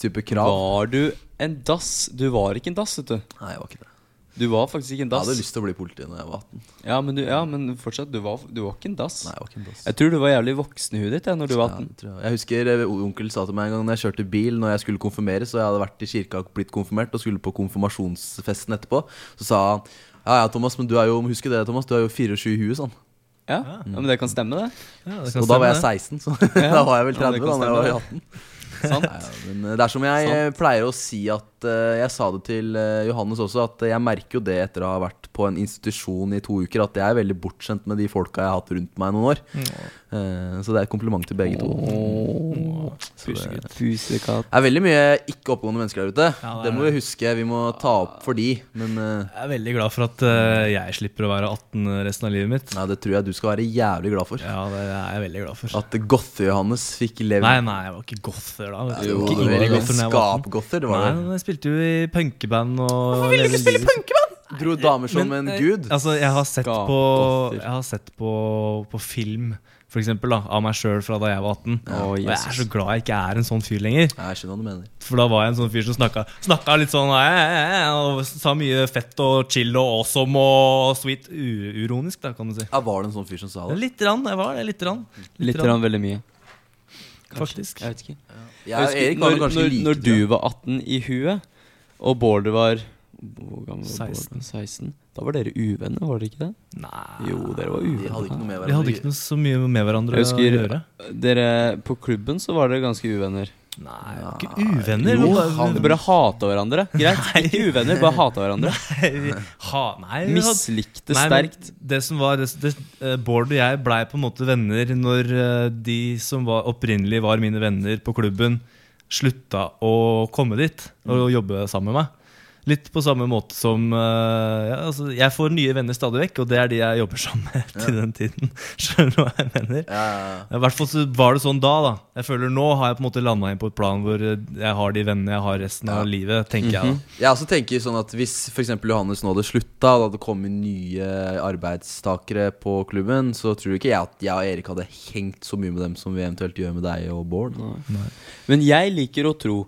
Speaker 5: type krav.
Speaker 7: Var du en dass? Du var ikke en dass, vet du.
Speaker 5: Nei, jeg var ikke det.
Speaker 7: Du var faktisk ikke en
Speaker 5: Jeg
Speaker 7: dass.
Speaker 5: hadde lyst til å bli politi da jeg var 18.
Speaker 7: Ja, men, du, ja, men fortsatt, du var, du var ikke en dass.
Speaker 5: Nei, jeg var ikke en dass.
Speaker 7: Jeg tror du var jævlig voksen i huet ditt ja, når du var
Speaker 5: Ja,
Speaker 7: 18.
Speaker 5: det tror jeg. jeg husker eh, onkel sa til meg en gang Når jeg kjørte bil når jeg skulle konfirmeres, og jeg hadde vært i kirka og blitt konfirmert og skulle på konfirmasjonsfesten etterpå, så sa han ja ja, Thomas, men du er jo husker det, Thomas, du er jo 24 i huet, sånn.
Speaker 7: Ja, ja. men det kan stemme, det.
Speaker 6: Ja, det kan
Speaker 5: Og da var jeg
Speaker 6: stemme,
Speaker 5: 16, så da var jeg vel
Speaker 7: Ja,
Speaker 5: 30
Speaker 7: det
Speaker 5: da
Speaker 7: kan
Speaker 5: når jeg var
Speaker 7: stemme,
Speaker 5: 18.
Speaker 7: Sant?
Speaker 5: Ja, men eh, det er som jeg eh, pleier å si at eh, Jeg sa det til eh, Johannes også, at eh, jeg merker jo det etter å ha vært på en institusjon i to uker, at jeg er veldig bortskjemt med de folka jeg har hatt rundt meg noen år. Eh, så det er et kompliment til begge to. Så det
Speaker 6: Pusegutt.
Speaker 7: Pusekatt.
Speaker 5: er veldig mye ikke oppegående mennesker der ute.
Speaker 6: Ja, det
Speaker 5: det
Speaker 6: er
Speaker 5: må vi huske. Vi må ta opp for de. Men eh,
Speaker 6: Jeg er veldig glad for at eh, jeg slipper å være 18 resten av livet mitt.
Speaker 5: nei, det tror jeg du skal være jævlig glad for.
Speaker 6: Ja, det er jeg veldig glad for.
Speaker 5: At Gothe-Johannes fikk leve
Speaker 6: Nei, nei, jeg var ikke gother da. vet du.
Speaker 5: Jo,
Speaker 6: Ikke
Speaker 5: det var
Speaker 6: indie
Speaker 5: jo
Speaker 6: gother når jeg var 18.
Speaker 5: skapgother.
Speaker 6: Nei,
Speaker 5: Det var det.
Speaker 6: men jeg spilte jo i punkeband og Hvorfor ville du ikke spille punk?
Speaker 5: Dro damer som
Speaker 6: Men,
Speaker 5: en
Speaker 6: eh,
Speaker 5: gud.
Speaker 6: Altså, jeg har sett på,
Speaker 7: Skapgother.
Speaker 6: jeg har sett på, på film, for eksempel, da, av meg sjøl fra da jeg var 18.
Speaker 7: Å,
Speaker 6: og jeg er
Speaker 7: Jesus.
Speaker 6: så glad jeg ikke er en sånn fyr lenger.
Speaker 5: Ja, Jeg skjønner hva du mener.
Speaker 6: For da var jeg en sånn fyr som snakka, snakka litt sånn eh, eh, eh, og sa mye fett og chill og awesome og sweet. Uironisk, da, kan du si.
Speaker 5: Ja, var det en sånn fyr som sa det?
Speaker 6: Litt rann, jeg var det. Litt rann.
Speaker 7: Litt rann veldig mye.
Speaker 6: faktisk.
Speaker 7: Jeg vet ikke.
Speaker 5: Jeg og Erik var
Speaker 7: når,
Speaker 5: jo kanskje
Speaker 7: når,
Speaker 5: like
Speaker 7: når du
Speaker 5: tror jeg.
Speaker 7: var 18 i huet, og Bård var hvor gammel var
Speaker 6: 16.
Speaker 7: Bård? 16. Da var dere uvenner, var dere ikke det?
Speaker 6: Nei
Speaker 7: Jo, dere var
Speaker 5: Ah, De hadde ikke
Speaker 7: uvenner.
Speaker 5: noe med
Speaker 6: Vi hadde ikke
Speaker 5: hverandre
Speaker 6: noe så mye med hverandre
Speaker 7: Jeg husker
Speaker 6: å gjøre.
Speaker 7: dere, På klubben så var dere ganske uvenner.
Speaker 6: Nei, vi var ikke uvenner.
Speaker 5: Jo,
Speaker 6: vi bare-
Speaker 5: han-
Speaker 7: Dere bare hata hverandre. Greit, ikke uvenner, bare hata hverandre.
Speaker 6: vi- ha, nei, vi hadde-
Speaker 7: Mislikte
Speaker 6: Nei, men
Speaker 7: sterkt.
Speaker 6: Det som var det, det, eh, Bård og jeg blei på en måte venner når eh, de som var opprinnelig var mine venner på klubben, slutta å komme dit og jobbe sammen med meg. Litt på samme måte som eh, ja, altså, Jeg får nye venner stadig vekk, og det er de jeg jobber sammen med til den tiden. Skjønner du hva jeg mener?
Speaker 5: Ja, ja, ja.
Speaker 6: I hvert fall så var det sånn da. da Jeg føler Nå har jeg på en måte landa inn på et plan hvor eh, jeg har de vennene jeg har resten av livet. Tenker jeg da
Speaker 5: Jeg også tenker sånn at Hvis for eksempel Johannes nå hadde slutta, og det hadde kommet nye arbeidstakere på klubben, så tror ikke jeg at jeg og Erik hadde hengt så mye med dem som vi eventuelt gjør med deg og Bård.
Speaker 7: Men jeg liker å tro,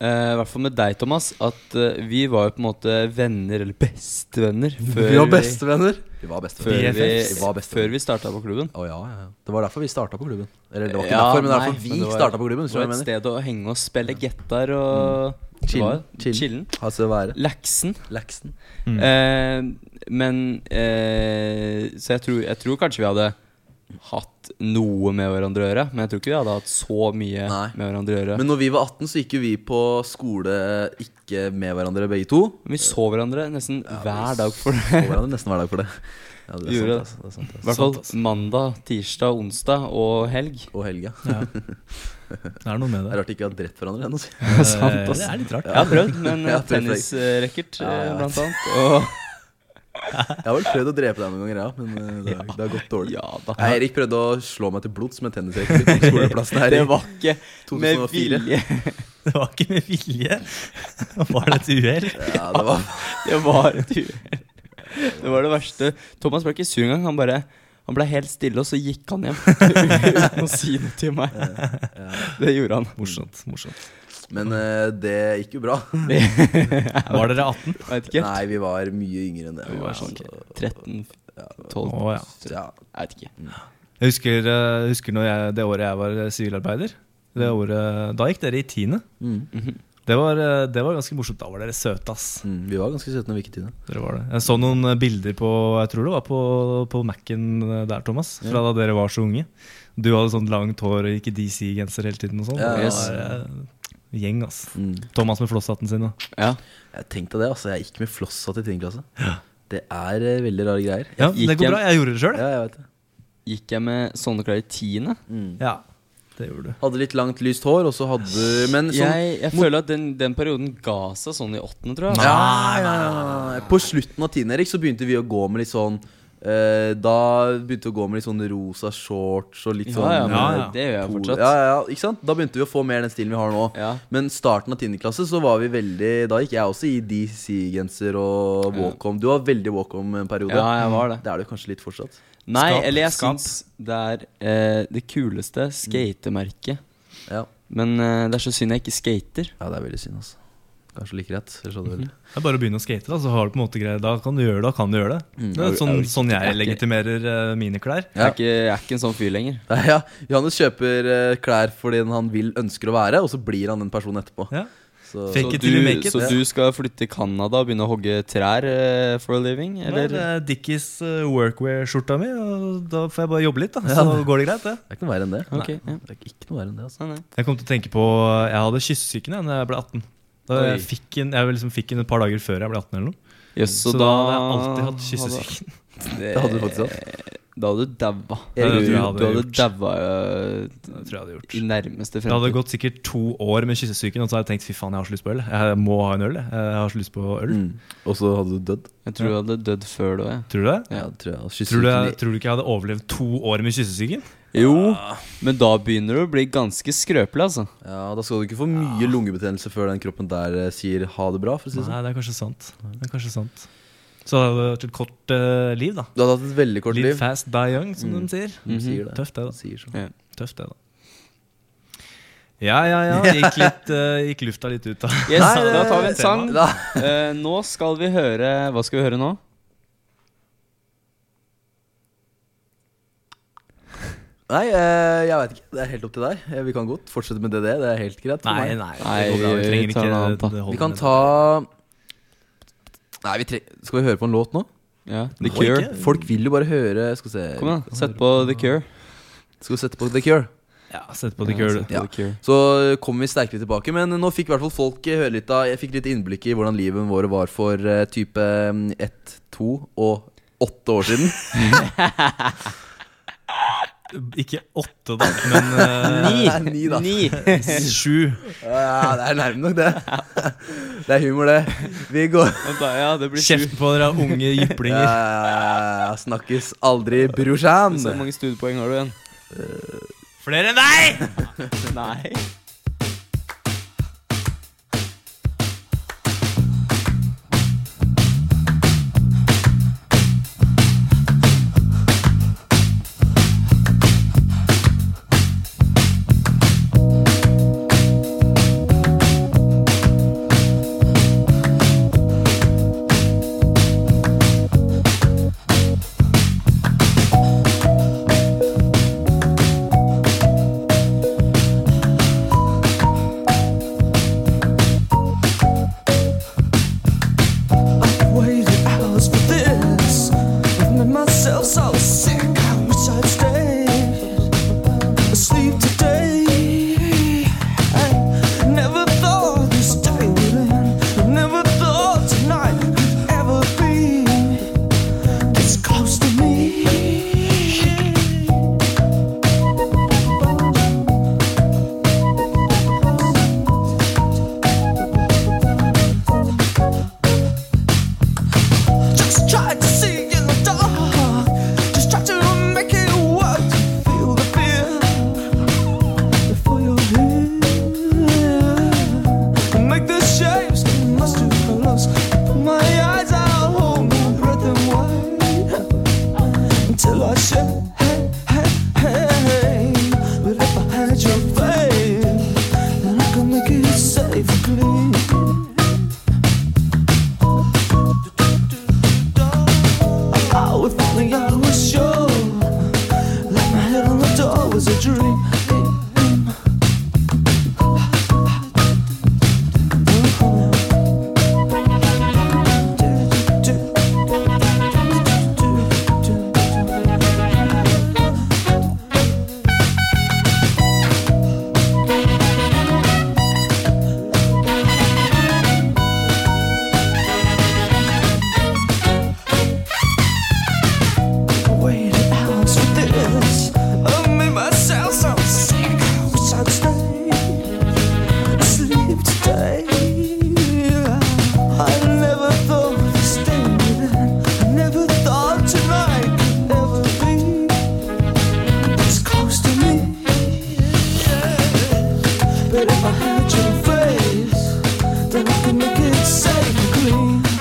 Speaker 7: eh, i hvert fall med deg, Thomas, at eh, vi var jo på en måte venner, eller bestevenner, før
Speaker 5: Vi var bestevenner. Vi var
Speaker 7: Før
Speaker 5: bestevenner.
Speaker 7: vi,
Speaker 5: Vi var bestevenner.
Speaker 7: før vi starta på klubben.
Speaker 5: Å ja, ja, ja. Det var derfor vi starta på klubben. Eller det var ikke
Speaker 7: Ja,
Speaker 5: derfor, men det var
Speaker 7: nei,
Speaker 5: derfor vi
Speaker 7: men det var-
Speaker 5: starta på klubben.
Speaker 7: Det var
Speaker 5: Skjønner
Speaker 7: et
Speaker 5: du hva jeg
Speaker 7: sted å henge og spille gitar
Speaker 6: Mm.
Speaker 7: og det
Speaker 5: mener?
Speaker 7: var-
Speaker 5: Chillen.
Speaker 7: Chillen.
Speaker 5: Altså være.
Speaker 7: Laksen.
Speaker 5: Laksen.
Speaker 7: Eh, men eh, Så jeg tror, jeg tror kanskje vi hadde hatt noe med hverandre å gjøre, men jeg tror ikke vi hadde hatt så mye
Speaker 5: Nei.
Speaker 7: med hverandre å gjøre. Men,
Speaker 5: Men når vi var 18, så gikk jo vi på skole ikke med hverandre, begge to.
Speaker 7: vi så hverandre nesten hver dag for
Speaker 5: Så
Speaker 7: det.
Speaker 5: hverandre nesten hver dag for det. Ja, det,
Speaker 7: Vi
Speaker 5: er sant,
Speaker 7: gjorde
Speaker 5: altså. det er sant,
Speaker 7: I
Speaker 5: altså.
Speaker 7: hvert fall mandag, tirsdag, onsdag og helg.
Speaker 5: Og helga.
Speaker 6: Det er noe med
Speaker 5: Det
Speaker 6: det.
Speaker 5: er rart ikke vi har drept hverandre ennå. si.
Speaker 6: Eh,
Speaker 7: sant, ass.
Speaker 6: det er litt rart.
Speaker 7: Jeg har prøvd, men
Speaker 5: Ja,
Speaker 7: eh,
Speaker 5: det er flaut.
Speaker 7: tennisracket
Speaker 5: Ja, jeg
Speaker 7: eh,
Speaker 5: vet.
Speaker 7: blant annet. Og
Speaker 5: Jeg har vel prøvd å drepe deg noen ganger, ja, men eh, det, har- det har gått dårlig.
Speaker 7: ja da.
Speaker 5: Nei, Erik prøvde å slå meg til blods med tennisracket på skoleplassen her. i-
Speaker 7: Det var ikke med
Speaker 5: 2004.
Speaker 7: vilje.
Speaker 6: Det var ikke med vilje. Var det et uhell?
Speaker 5: Ja, det var
Speaker 7: Det var et uhell. Det var det verste. Thomas ble ikke sur engang. Han bare han ble helt stille, og så gikk han hjem uten å si noe til meg. Det gjorde han.
Speaker 6: Morsomt. morsomt
Speaker 5: Men eh, det gikk jo bra.
Speaker 6: Var dere 18?
Speaker 7: Veit ikke.
Speaker 5: Nei, altså, vi var mye yngre enn det.
Speaker 7: Vi var sånn 13-12.
Speaker 6: Å, ja.
Speaker 5: Ja,
Speaker 7: Jeg vet ikke.
Speaker 6: Jeg husker, eh, husker når jeg, det året jeg var eh, sivilarbeider. Det året, da gikk dere i tiende.
Speaker 5: Mm. Mhm.
Speaker 6: Det, var, eh, det var ganske morsomt. Da var dere søte, ass.
Speaker 5: mm, vi var ganske søte når vi gikk i tide.
Speaker 6: Dere var det. Jeg så noen eh, bilder på Jeg tror det var på, på Mac-en eh, der, Thomas. Fra da dere var så unge. Du hadde sånn langt hår og gikk i DC-genser hele tiden. og sånn
Speaker 5: Ja,
Speaker 6: Det
Speaker 7: yes.
Speaker 6: var eh, Gjeng, ass.
Speaker 5: Mm.
Speaker 6: Thomas med flosshatten sin. Da.
Speaker 7: Ja.
Speaker 5: Jeg tenkte det, altså. Jeg gikk med flosshatt i 10. klasse. Det er eh, veldig rare greier.
Speaker 6: Ja, det
Speaker 7: gikk
Speaker 6: går
Speaker 7: hjem-
Speaker 6: bra. Jeg gjorde det sjøl, jeg.
Speaker 5: Ja, jeg vet det.
Speaker 7: Gikk jeg med sånne klær i tiende?
Speaker 6: Ja. Det gjorde du.
Speaker 5: Hadde litt langt, lyst hår, og så hadde du Men sånn
Speaker 7: Jeg, jeg føler at den, den perioden ga seg sånn i åttende, tror jeg.
Speaker 5: ja, ja, ja. På slutten av tiden Erik, så begynte vi å gå med litt sånn eh, Da begynte vi å gå med litt sånn rosa shorts og litt
Speaker 7: Ja,
Speaker 5: sånn
Speaker 7: ja, men
Speaker 5: eh,
Speaker 6: ja.
Speaker 7: det gjør jeg
Speaker 5: polo-
Speaker 7: fortsatt.
Speaker 5: Ja, ja, ja, ikke sant? Da begynte vi å få mer den stilen vi har nå.
Speaker 7: Ja.
Speaker 5: Men starten av 10. klasse så var vi veldig Da gikk jeg også i DC-genser og walkom. Du var veldig walkom-periode.
Speaker 7: Ja, jeg var det.
Speaker 5: Det er du kanskje litt fortsatt.
Speaker 7: Nei,
Speaker 6: Skap,
Speaker 7: eller jeg
Speaker 6: skap.
Speaker 7: syns det er eh, det kuleste skatemerket.
Speaker 5: Ja,
Speaker 7: Men eh, det er så synd jeg ikke skater.
Speaker 5: ja det er veldig synd, altså. Kanskje like rett. Jeg skjønner vel.
Speaker 6: Det er bare å begynne å skate, da, så har du på en måte greier. Da kan du gjøre det, da kan du gjøre det. Det er sånn, sånn jeg legitimerer eh, mine klær.
Speaker 7: Jeg, er ikke, jeg er ikke en sånn fyr lenger.
Speaker 5: Nei, ja. Johannes kjøper eh, klær fordi han vil ønsker å være, og så blir han den personen etterpå.
Speaker 6: Ja.
Speaker 5: Så,
Speaker 6: Fake
Speaker 7: Så
Speaker 6: it
Speaker 7: du,
Speaker 6: till you make it.
Speaker 7: så du skal flytte til Canada og begynne å hogge trær eh, for a living?
Speaker 6: Eller
Speaker 7: Eller?
Speaker 6: eh, Dickies eh, workwear-skjorta mi, og da får jeg bare jobbe litt, da. Så går det greit, det.
Speaker 5: det er ikke noe verre enn det.
Speaker 7: Ok, ja.
Speaker 5: Det er ikke noe verre enn det, altså.
Speaker 7: Nei, nei.
Speaker 6: Jeg kom til å tenke på Jeg hadde kyssesyken jeg, da jeg ble 18. Da
Speaker 7: Oi.
Speaker 6: jeg fikk den jeg liksom fikk den et par dager før jeg ble 18. eller noe
Speaker 7: Jøss,
Speaker 6: Så,
Speaker 7: så,
Speaker 6: da hadde
Speaker 7: da
Speaker 6: jeg alltid hatt kyssesyken.
Speaker 5: Det hadde du faktisk hatt.
Speaker 7: Eh, Da hadde du daua.
Speaker 5: Erik,
Speaker 7: du,
Speaker 6: du
Speaker 7: du
Speaker 6: hadde
Speaker 7: hadde
Speaker 6: gjort.
Speaker 7: daua
Speaker 6: Det tror jeg hadde gjort
Speaker 7: eh, i nærmeste
Speaker 6: Det hadde
Speaker 7: fremtid.
Speaker 6: gått sikkert to år med kyssesyken, og så hadde jeg tenkt fy faen, jeg har så lyst på øl. Jeg må ha en øl. jeg. Jeg har så lyst på øl.
Speaker 5: Mm. Og så hadde du dødd.
Speaker 7: Jeg tror du hadde dødd før det òg, jeg.
Speaker 6: Tror du det?
Speaker 5: Ja, det tror jeg. Altså,
Speaker 6: Tror du,
Speaker 5: kyssesyken i-
Speaker 6: tror du ikke jeg hadde overlevd to år med kyssesyken?
Speaker 7: Jo, men da begynner du å bli ganske skrøpelig, altså.
Speaker 5: ja, da skal du ikke få mye lungebetennelse før den kroppen der eh, sier ha det bra. for å si det sånn.
Speaker 6: Nei, det er kanskje sant. Det er kanskje sant Så det hadde vært et kort eh, liv, da.
Speaker 5: Du hadde hatt et veldig kort
Speaker 6: Live
Speaker 5: liv.
Speaker 6: fast, die young, som de sier.
Speaker 5: De sier det.
Speaker 6: Mhm. Tøft, det, da.
Speaker 5: De sier sånn.
Speaker 7: Ja.
Speaker 6: Tøft, det, da. Ja, ja, ja. Gikk, litt, eh, gikk lufta litt ut, da.
Speaker 7: Yes, da tar vi en sang.
Speaker 5: Da.
Speaker 7: Eh, nå skal vi høre Hva skal vi høre nå?
Speaker 5: Nei, eh, jeg veit ikke. Det er helt opp til deg. Eh, Vi kan godt fortsette med DDE. Det er helt greit. for meg.
Speaker 6: nei.
Speaker 7: Nei,
Speaker 6: det går bra, vi
Speaker 7: vi
Speaker 6: trenger
Speaker 7: tar noe
Speaker 6: ikke
Speaker 7: annet, da.
Speaker 6: det holder
Speaker 5: Vi kan
Speaker 6: med
Speaker 5: ta Nei, vi tre... Skal vi høre på en låt nå?
Speaker 7: Ja, The
Speaker 6: Må ikke.
Speaker 7: Cure.
Speaker 5: Folk vil jo bare høre Skal vi se
Speaker 7: Kom igjen, sett på The Cure.
Speaker 5: Skal vi sette på The Cure?
Speaker 6: det. Ja, sett på The Cure.
Speaker 7: sett
Speaker 6: du.
Speaker 7: på The Cure.
Speaker 5: Så kommer vi sterkere tilbake. Men nå fikk i hvert fall folk eh, høre litt av Jeg fikk litt innblikk i hvordan livet vårt var for eh, type mm, ett, to og åtte år siden.
Speaker 6: Ikke åtte, da, men
Speaker 5: Ni! Ni, da.
Speaker 7: Ni.
Speaker 6: eh, sju.
Speaker 5: Ja, det er nærme nok, det. Det er humor, det. Vi går
Speaker 7: Vent da, Ja, det blir sju.
Speaker 6: Kjeften på dere, unge jyplinger.
Speaker 5: Eh, Snakkes aldri, brorsan.
Speaker 7: Så mange studiepoeng har du igjen?
Speaker 6: Flere enn deg!
Speaker 7: Nei.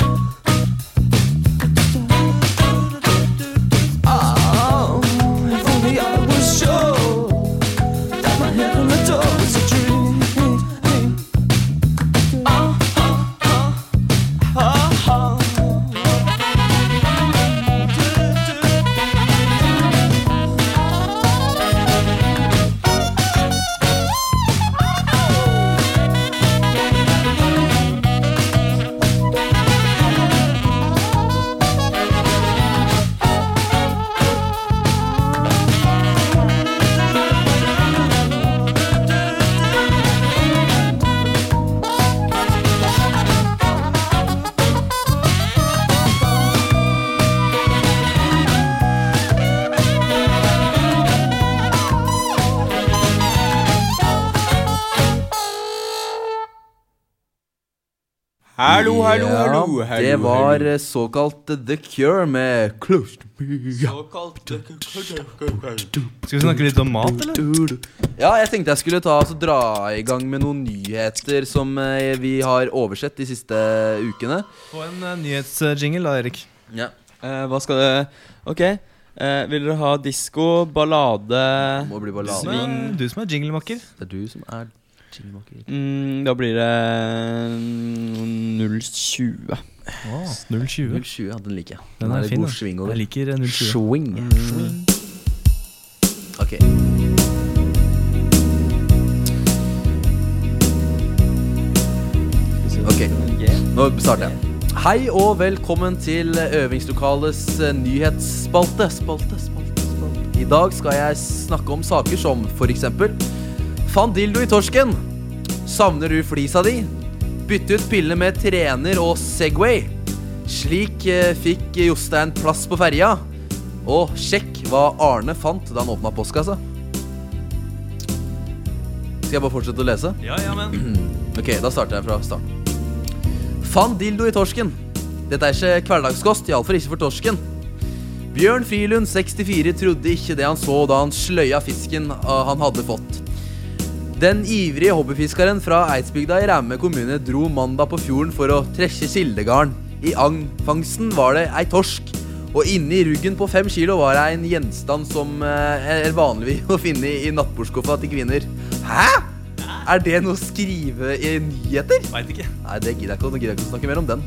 Speaker 8: Oh,
Speaker 7: Hallo, hallo,
Speaker 5: Ja,
Speaker 7: hallo, hallo.
Speaker 5: Det var eh, såkalt The Cure med Close to me.
Speaker 6: Skal vi snakke litt om mat, eller?
Speaker 5: Ja, jeg tenkte jeg skulle ta, altså, dra i gang med noen nyheter som eh, vi har oversett de siste eh, ukene.
Speaker 6: Få en eh, nyhetsjingle, da, Erik.
Speaker 5: Ja.
Speaker 7: Eh, hva skal det Ok. eh, vil dere ha disko, ballade
Speaker 5: Må bli ballade.
Speaker 7: Sving.
Speaker 6: Du som er jinglemaker.
Speaker 5: Det er du som er jinglemaker.
Speaker 7: Mm, da blir det mm, 0,20.
Speaker 6: 020.
Speaker 5: 020, ja, den liker jeg.
Speaker 6: Den er
Speaker 5: litt
Speaker 6: fin,
Speaker 5: god
Speaker 6: da.
Speaker 5: sving over.
Speaker 6: Jeg liker eh, 020.
Speaker 5: Swing. Ok. Ok. Nå starter jeg. Hei og velkommen til øvingslokalets eh, nyhetsspalte. Spalte, spalte, spalte. I dag skal jeg snakke om saker som f.eks.: Fant dildo i torsken. Savner du flisa di? Bytte ut pille med trener og Segway. Slik eh, fikk Jostein plass på ferja. Og sjekk hva Arne fant da han åpna postkassa. Skal jeg bare fortsette å lese?
Speaker 6: Ja, ja, men
Speaker 5: Ok, da starter jeg fra starten. Fann dildo i torsken. Dette er ikke hverdagskost, iallfall ikke for torsken. Bjørn Frilund, 64, trodde ikke det han så da han sløya fisken eh, han hadde fått. Den ivrige hobbyfiskeren fra Eidsbygda i Ræme kommune dro mandag på fjorden for å trekke kildegarn. I agnfangsten var det ei torsk, og inni ruggen på fem kilo var det en gjenstand som eh, er vanlig å finne i nattbordskuffa til kvinner. Hæ?! Er det noe å skrive i nyheter?
Speaker 6: veit ikke.
Speaker 5: Nei, det gidder jeg ikke, nå gidder jeg ikke å snakke mer om den.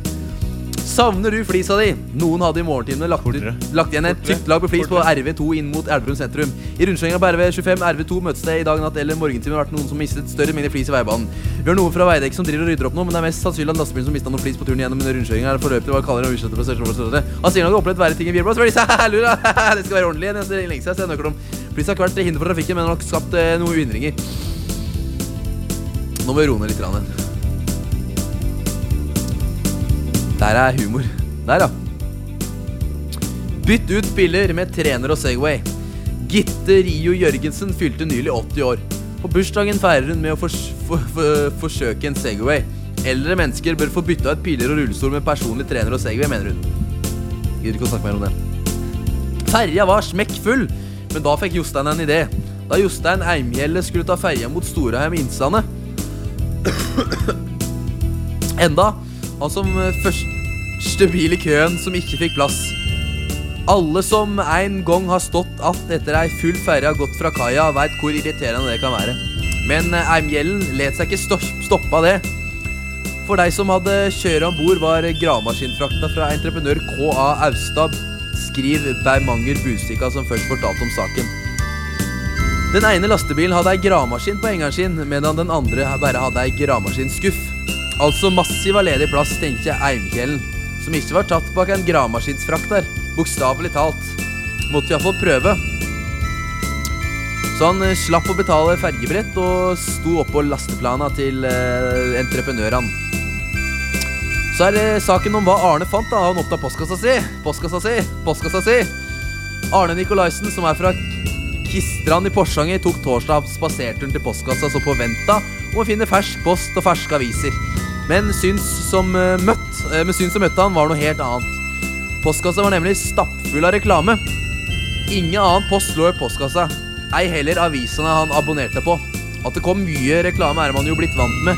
Speaker 5: Savner du flisa di? Noen hadde i morgentimene lagt,
Speaker 6: Fortere.
Speaker 5: ut, lagt igjen et tykt lag med flis på RV2 inn mot Elverum sentrum. I rundkjøringa på RV25 RV2 møtes det i dag natt eller morgentimen har vært noen som mistet større mindre flis i veibanen. Vi har noen fra Veidekke som driver og rydder opp nå, men det er mest sannsynlig at lastebilen som mista noe flis på turen gjennom rundkjøringa, er forløpet til hva kaller og utslettet fra størrelsesområdet. Han sier han hadde opplevd verre ting i Bjørblad, så blir det sånn, lura, det skal være ordentlig. Det er lenge siden jeg ser nøkler om. Flisa har ikke vært til hinder for trafikken, men har nok skapt eh, noen hindringer. Nå må vi roe ned litt. Rann. Der er humor. Der, ja. Bytt ut piller med trener og Segway. Gitte Rio Jørgensen fylte nylig 80 år. På bursdagen feirer hun med å fors for for forsøke en Segway. Eldre mennesker bør få bytta ut piller og rullestol med personlig trener og Segway, mener hun. Gidder ikke å snakke mer om det. Ferja var smekkfull, men da fikk Jostein en idé. Da Jostein Eimgjelle skulle ta ferja mot Storheim i Innsandet Enda han som eh, første bil i køen som ikke fikk plass. Alle som en gang har stått att etter ei full ferje har gått fra kaia, veit hvor irriterende det kan være. Men eh, Eimgjellen let seg ikke sto- stoppe av det. For deg som hadde kjøret ombord var gravemaskinfrakta fra entreprenør K.A. Austad, skriver Bermanger Bustika, som først fortalte om saken. Den ene lastebilen hadde ei gravemaskin på hengeren sin, medan den andre bare hadde ei gravemaskinskuff. Altså massiv av ledig plass, tenkte Eimkjellen, som ikke var tatt bak en gravemaskinsfrakter, bokstavelig talt. Måtte iallfall prøve. Så han eh, slapp å betale fergebrett og sto oppå lasteplana til eh, entreprenørene. Så er det saken om hva Arne fant da han åpna postkassa si. Postkassa si, postkassa si. Arne Nikolaisen, som er fra Kistrand i Porsanger, tok torsdag spaserturen til postkassa så forventa om å finne fersk post og ferske aviser. Men syns som eh, møtt, eh, men syns som møtte han var noe helt annet. Postkassa var nemlig stappfull av reklame. Ingen annen post lå i postkassa, ei heller avisene han abonnerte på. At det kom mye reklame er man jo blitt vant med,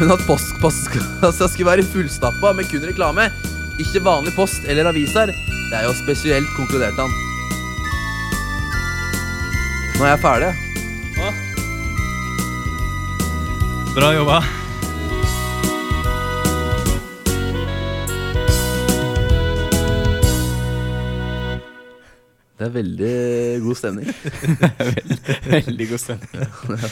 Speaker 5: men at post- postkassa skulle være fullstappa med kun reklame, ikke vanlig post eller aviser, det er jo spesielt, konkluderte han. Nå er jeg ferdig.
Speaker 6: Bra jobba.
Speaker 5: Det er veldig god stemning.
Speaker 7: Veldig god stemning.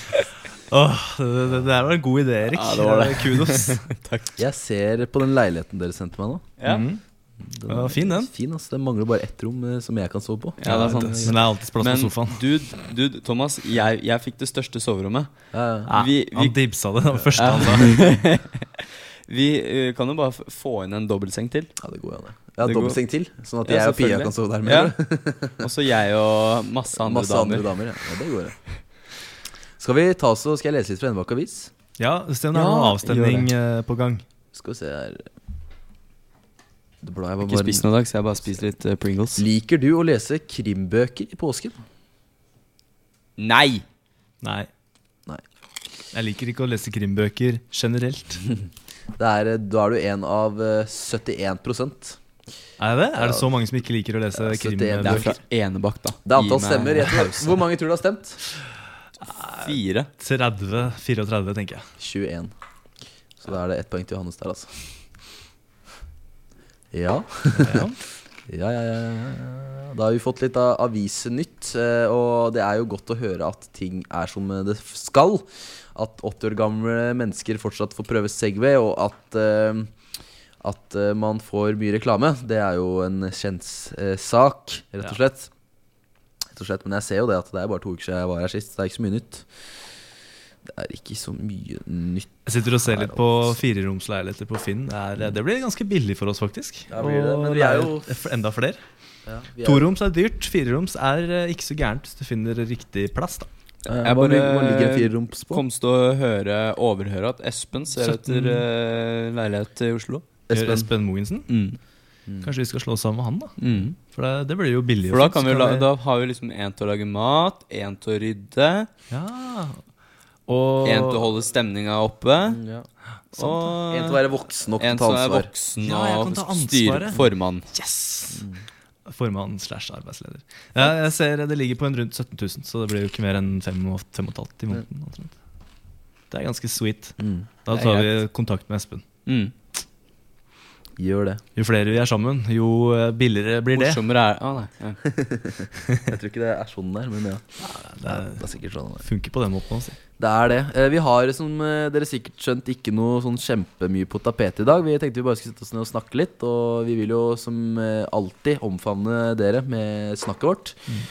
Speaker 6: Åh, det, det, det der var en god idé, Erik.
Speaker 7: Ja, det var det.
Speaker 6: Eh, Kudos.
Speaker 7: Takk.
Speaker 5: Jeg ser på den leiligheten dere sendte meg nå.
Speaker 7: Ja.
Speaker 6: Mhm.
Speaker 5: Den
Speaker 6: Ja, fin, den.
Speaker 5: Fin, ass. Det mangler bare ett rom eh, som jeg kan sove på.
Speaker 7: Ja, det er sant.
Speaker 6: Men det er alltid plass på
Speaker 7: Men
Speaker 6: sofaen.
Speaker 7: dude, dude, Thomas, jeg, jeg fikk det største soverommet.
Speaker 5: Ja, ja.
Speaker 6: Ja,
Speaker 7: vi- vi-
Speaker 6: Ah, han dibsa det. Det var første han sa.
Speaker 7: Vi eh, kan jo bare f- få inn en dobbeltseng til.
Speaker 5: Ja, det går jo an, det. Jeg har
Speaker 7: Det går-
Speaker 5: dobbeltseng til, sånn at
Speaker 7: Ja,
Speaker 5: jeg og Pia
Speaker 7: selvfølgelig.
Speaker 5: kan sove der. med
Speaker 7: Ja. Og så jeg og masse andre
Speaker 5: Masse
Speaker 7: damer.
Speaker 5: andre damer, ja. ja det går det. Skal vi ta så, skal jeg lese litt fra Enebakk Avis?
Speaker 6: Ja, Stian, det er
Speaker 7: Ja,
Speaker 6: noen avstemning eh, på gang.
Speaker 5: Skal vi se her Det blar jeg
Speaker 7: Ikke spist
Speaker 5: bare
Speaker 7: noe i dag, så jeg bare spiser litt eh, Pringles.
Speaker 5: Liker du å lese krimbøker i påsken?
Speaker 7: Nei!
Speaker 6: Nei.
Speaker 5: Nei.
Speaker 6: Jeg liker ikke å lese krimbøker generelt.
Speaker 5: Det er, eh, da er du en av eh, 71
Speaker 6: Er det Er det så mange som ikke liker å lese
Speaker 5: Ja, så det-
Speaker 7: Det er
Speaker 6: krimbøker?
Speaker 7: fra Enebakk, da.
Speaker 5: Det er antall
Speaker 7: Gi meg
Speaker 5: stemmer. Jeg tror,
Speaker 7: pause.
Speaker 5: hvor mange tror du har stemt?
Speaker 7: Fire.
Speaker 6: 30-34, tenker jeg.
Speaker 5: 21. Så da er det ett poeng til Johannes der, altså. Ja.
Speaker 6: Ja.
Speaker 5: Ja, ja, ja, ja. ja. Da har vi fått litt av avisenytt, eh, og det er jo godt å høre at ting er som det f- skal. At 80 år gamle mennesker fortsatt får prøve Segway, og at, eh, at eh, man får mye reklame. Det er jo en kjent eh, sak, rett og
Speaker 6: Ja.
Speaker 5: slett. Rett og slett. Men jeg ser jo det at det er bare to uker siden jeg var her sist. så Det er ikke så mye nytt. Det er ikke så mye nytt.
Speaker 6: Jeg sitter og ser litt på fireromsleiligheter på Finn. Det, er, det blir ganske billig for oss, faktisk.
Speaker 5: Ja, blir det,
Speaker 6: Og
Speaker 5: men vi er jo-
Speaker 6: det er enda flere.
Speaker 5: Vi er-
Speaker 6: Toroms er dyrt, fireroms er eh, ikke så gærent hvis du finner riktig plass, da.
Speaker 5: Eh,
Speaker 7: Jeg
Speaker 5: hva
Speaker 7: bare-
Speaker 5: ligger- hva ligger en fireroms på?
Speaker 7: Komst til å høre, overhøre at Espen ser etter eh, leilighet i Oslo.
Speaker 6: Espen,
Speaker 5: Espen.
Speaker 6: Espen Mogensen.
Speaker 7: Mm.
Speaker 6: Kanskje vi skal slå oss sammen med han, da.
Speaker 7: Mm.
Speaker 6: For det, det blir jo billig. sånn,
Speaker 7: For da, kan vi la, da har vi liksom én til å lage mat, én til å rydde,
Speaker 6: Ja. Og
Speaker 7: én til å holde stemninga oppe.
Speaker 5: Ja.
Speaker 7: Og
Speaker 5: En til å være voksen nok til å
Speaker 7: Eh, en
Speaker 5: Mm. ta
Speaker 7: som er
Speaker 5: ansvar.
Speaker 7: voksen
Speaker 6: Ja, jeg kan
Speaker 7: og
Speaker 6: ta
Speaker 7: styr,
Speaker 6: ansvaret.
Speaker 7: formann.
Speaker 6: Yes! Formann slash arbeidsleder. Ja, jeg ser det ligger på en rundt 17 000, så det blir jo ikke mer enn 5,5 i måneden. omtrent. Det er ganske sweet.
Speaker 5: Mm.
Speaker 6: Da
Speaker 7: Det er
Speaker 6: tar vi kontakt med Espen.
Speaker 7: Mm.
Speaker 5: Gjør det.
Speaker 6: Jo flere vi er sammen, jo eh, billigere blir det.
Speaker 7: Morsommere er ah, nei. Ja.
Speaker 5: Jeg tror ikke det er sånn der, men ja.
Speaker 6: Det er-
Speaker 5: Det er sikkert sånn der.
Speaker 6: funker på den måten. Altså.
Speaker 5: Det er det. Eh, Vi har, som eh, dere sikkert skjønt, ikke noe sånn kjempemye på tapetet i dag. Vi tenkte vi bare skulle sette oss ned og snakke litt, og vi vil jo som eh, alltid omfavne dere med snakket vårt.
Speaker 7: Mm.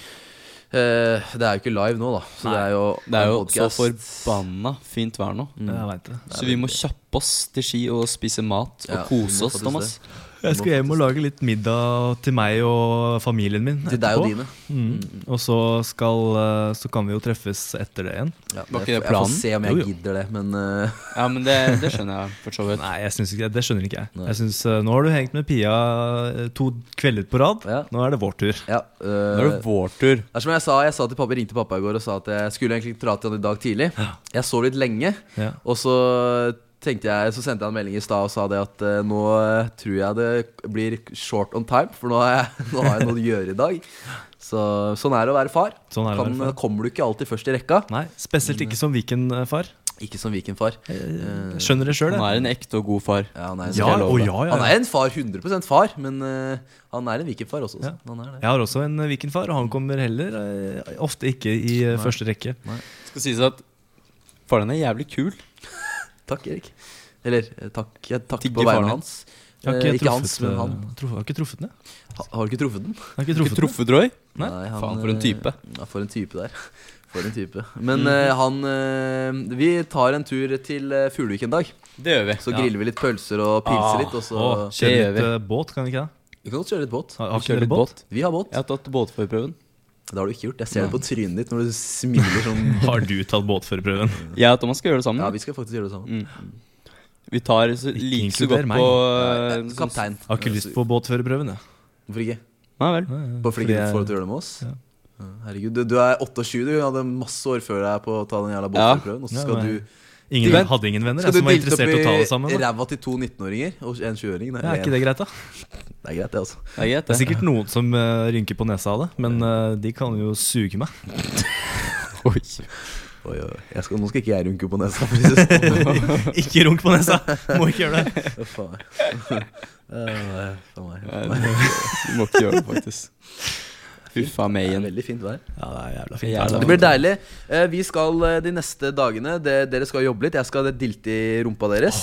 Speaker 5: Eh, Det er jo ikke live nå, da, så det er jo
Speaker 7: Det er jo
Speaker 5: en
Speaker 7: så
Speaker 5: podcast.
Speaker 7: forbanna fint vær nå.
Speaker 6: Jeg vet det.
Speaker 7: Mm. Så vi må kjappe oss til Ski og spise mat og
Speaker 5: Ja, vi må
Speaker 7: kose oss,
Speaker 5: faktisk
Speaker 7: Thomas.
Speaker 5: det.
Speaker 6: Jeg skal hjem og lage litt middag til meg og familien min.
Speaker 5: Til deg og
Speaker 6: etterpå.
Speaker 5: dine.
Speaker 6: Mm. Og så, skal, eh, så kan vi jo treffes etter det igjen.
Speaker 5: Ja,
Speaker 7: Var
Speaker 5: jeg-
Speaker 7: ikke det
Speaker 5: Jeg får
Speaker 7: planen?
Speaker 5: se om
Speaker 6: Jo,
Speaker 5: jeg
Speaker 6: jo.
Speaker 5: gidder det, men eh,
Speaker 7: Ja, men det, det skjønner jeg for så vidt.
Speaker 6: Nei, jeg synes ikke, det skjønner ikke jeg.
Speaker 5: Nei.
Speaker 6: Jeg synes, eh, Nå har du hengt med Pia eh, to kvelder på rad.
Speaker 5: Ja.
Speaker 6: Nå er det vår tur.
Speaker 5: ja.
Speaker 7: Nå er
Speaker 5: eh,
Speaker 7: det vår tur.
Speaker 5: Det er som jeg sa, jeg sa til pappa, ringte pappa i går og sa at jeg skulle egentlig dra til han i dag tidlig. Jeg sov litt lenge,
Speaker 6: Ja.
Speaker 5: og så tenkte jeg, så sendte jeg en melding i stad og sa det at eh, nå eh, tror jeg det blir short on time, for nå har jeg, nå har jeg noe å gjøre i dag. Så, sånn er det å være far.
Speaker 6: Sånn er det å
Speaker 5: kan,
Speaker 6: være far.
Speaker 5: Kommer du ikke alltid først i rekka?
Speaker 6: Nei, Spesielt ikke som Viken-far.
Speaker 5: Ikke som Viken-far.
Speaker 6: Skjønner det sjøl,
Speaker 7: Han
Speaker 6: jeg.
Speaker 7: er en ekte og god far.
Speaker 5: Ja, han er en,
Speaker 6: Ja, å, ja, ja,
Speaker 5: Han
Speaker 6: ja.
Speaker 5: er en far, 100 far, men eh, han er en Viken-far også. så
Speaker 6: Ja.
Speaker 5: Han er det.
Speaker 6: Jeg har også en eh, Viken-far, og han kommer heller eh, ofte ikke i eh, første rekke.
Speaker 7: Skal sies at faren din er jævlig kul.
Speaker 5: Takk, Erik. Eller eh, takk, jeg takker
Speaker 7: Digger
Speaker 5: på
Speaker 7: faren
Speaker 5: vegne
Speaker 7: din.
Speaker 5: hans.
Speaker 6: Jeg har
Speaker 5: Eh,
Speaker 6: ikke,
Speaker 5: ikke hans, men
Speaker 6: eh,
Speaker 5: han.
Speaker 6: Truff, har ikke truffet den, jeg.
Speaker 5: Ha, har du ikke truffet den?
Speaker 6: Jeg Har ikke
Speaker 7: Ikke
Speaker 6: truffet den.
Speaker 7: truffet, Roy?
Speaker 6: Nei?
Speaker 5: han,
Speaker 7: Faen, for en
Speaker 5: eh,
Speaker 7: type.
Speaker 5: Ja, for en type der. For en type. Men
Speaker 6: Mm.
Speaker 5: eh, han eh, Vi tar en tur til eh, Fuglevik en dag.
Speaker 7: Det gjør vi.
Speaker 5: Så griller vi litt pølser og
Speaker 6: Ah.
Speaker 5: pilser litt, og så
Speaker 6: Å,
Speaker 7: det
Speaker 6: kjøre
Speaker 7: gjør
Speaker 6: litt eh, båt, kan vi ikke det?
Speaker 5: Vi kan godt kjøre litt båt.
Speaker 6: Har,
Speaker 7: Vi
Speaker 6: har ikke
Speaker 7: kjører
Speaker 6: dere
Speaker 7: litt
Speaker 6: båt?
Speaker 7: båt.
Speaker 5: Vi har båt.
Speaker 7: Jeg har tatt båtførerprøven.
Speaker 5: Det har du ikke gjort. Jeg ser det på trynet ditt når du smiler sånn.
Speaker 6: Har du tatt båtførerprøven?
Speaker 7: Jeg og Thomas skal gjøre det sammen.
Speaker 5: Ja, vi skal faktisk gjøre det
Speaker 6: Mm.
Speaker 5: sammen.
Speaker 7: Vi tar så, like så
Speaker 6: inkluder
Speaker 7: godt
Speaker 6: meg.
Speaker 7: på
Speaker 5: Eh,
Speaker 7: eh, sånn-
Speaker 5: Kaptein.
Speaker 6: Har ikke lyst på båtførerprøven, jeg.
Speaker 5: Hvorfor ikke?
Speaker 7: Nei vel.
Speaker 5: Bare fordi
Speaker 6: Fordi
Speaker 5: du ikke
Speaker 6: jeg-
Speaker 5: får lov til å gjøre det med oss?
Speaker 6: Ja.
Speaker 5: Ja, Herregud, du, du er 28, du hadde masse år før deg på å ta den jævla
Speaker 7: Ja.
Speaker 5: båtførerprøven. Og så
Speaker 6: Ja,
Speaker 5: skal
Speaker 6: men-
Speaker 5: du,
Speaker 6: Ingen,
Speaker 7: Men-
Speaker 6: hadde ingen venner jeg,
Speaker 5: skal du
Speaker 6: som var
Speaker 5: dilte
Speaker 6: interessert i å ta det
Speaker 5: opp
Speaker 6: sammen.
Speaker 5: i
Speaker 6: Da.
Speaker 5: ræva til to 19-åringer og en 20-åring.
Speaker 6: Ja, Er ikke det greit, da?
Speaker 5: det er greit, det, altså.
Speaker 7: Det er
Speaker 6: Det
Speaker 7: greit, det.
Speaker 6: er sikkert noen som eh, rynker på nesa av det, men eh, de kan jo suge meg.
Speaker 7: Oi.
Speaker 5: Oi, oi, oi. Jeg skal, nå skal ikke jeg runke på nesa. For jeg synes,
Speaker 6: ikke runk på nesa! Må ikke gjøre det.
Speaker 5: Å, faen. Eh, faen meg.
Speaker 7: Nei, Du du må ikke gjøre det, faktisk. Huff a meg
Speaker 5: Det er
Speaker 7: igjen.
Speaker 5: veldig fint vær.
Speaker 6: Ja, det er jævla
Speaker 7: fint. Jævla
Speaker 5: Det blir deilig. Eh, Vi skal eh, de neste dagene det, Dere skal jobbe litt. Jeg skal dilte i rumpa deres.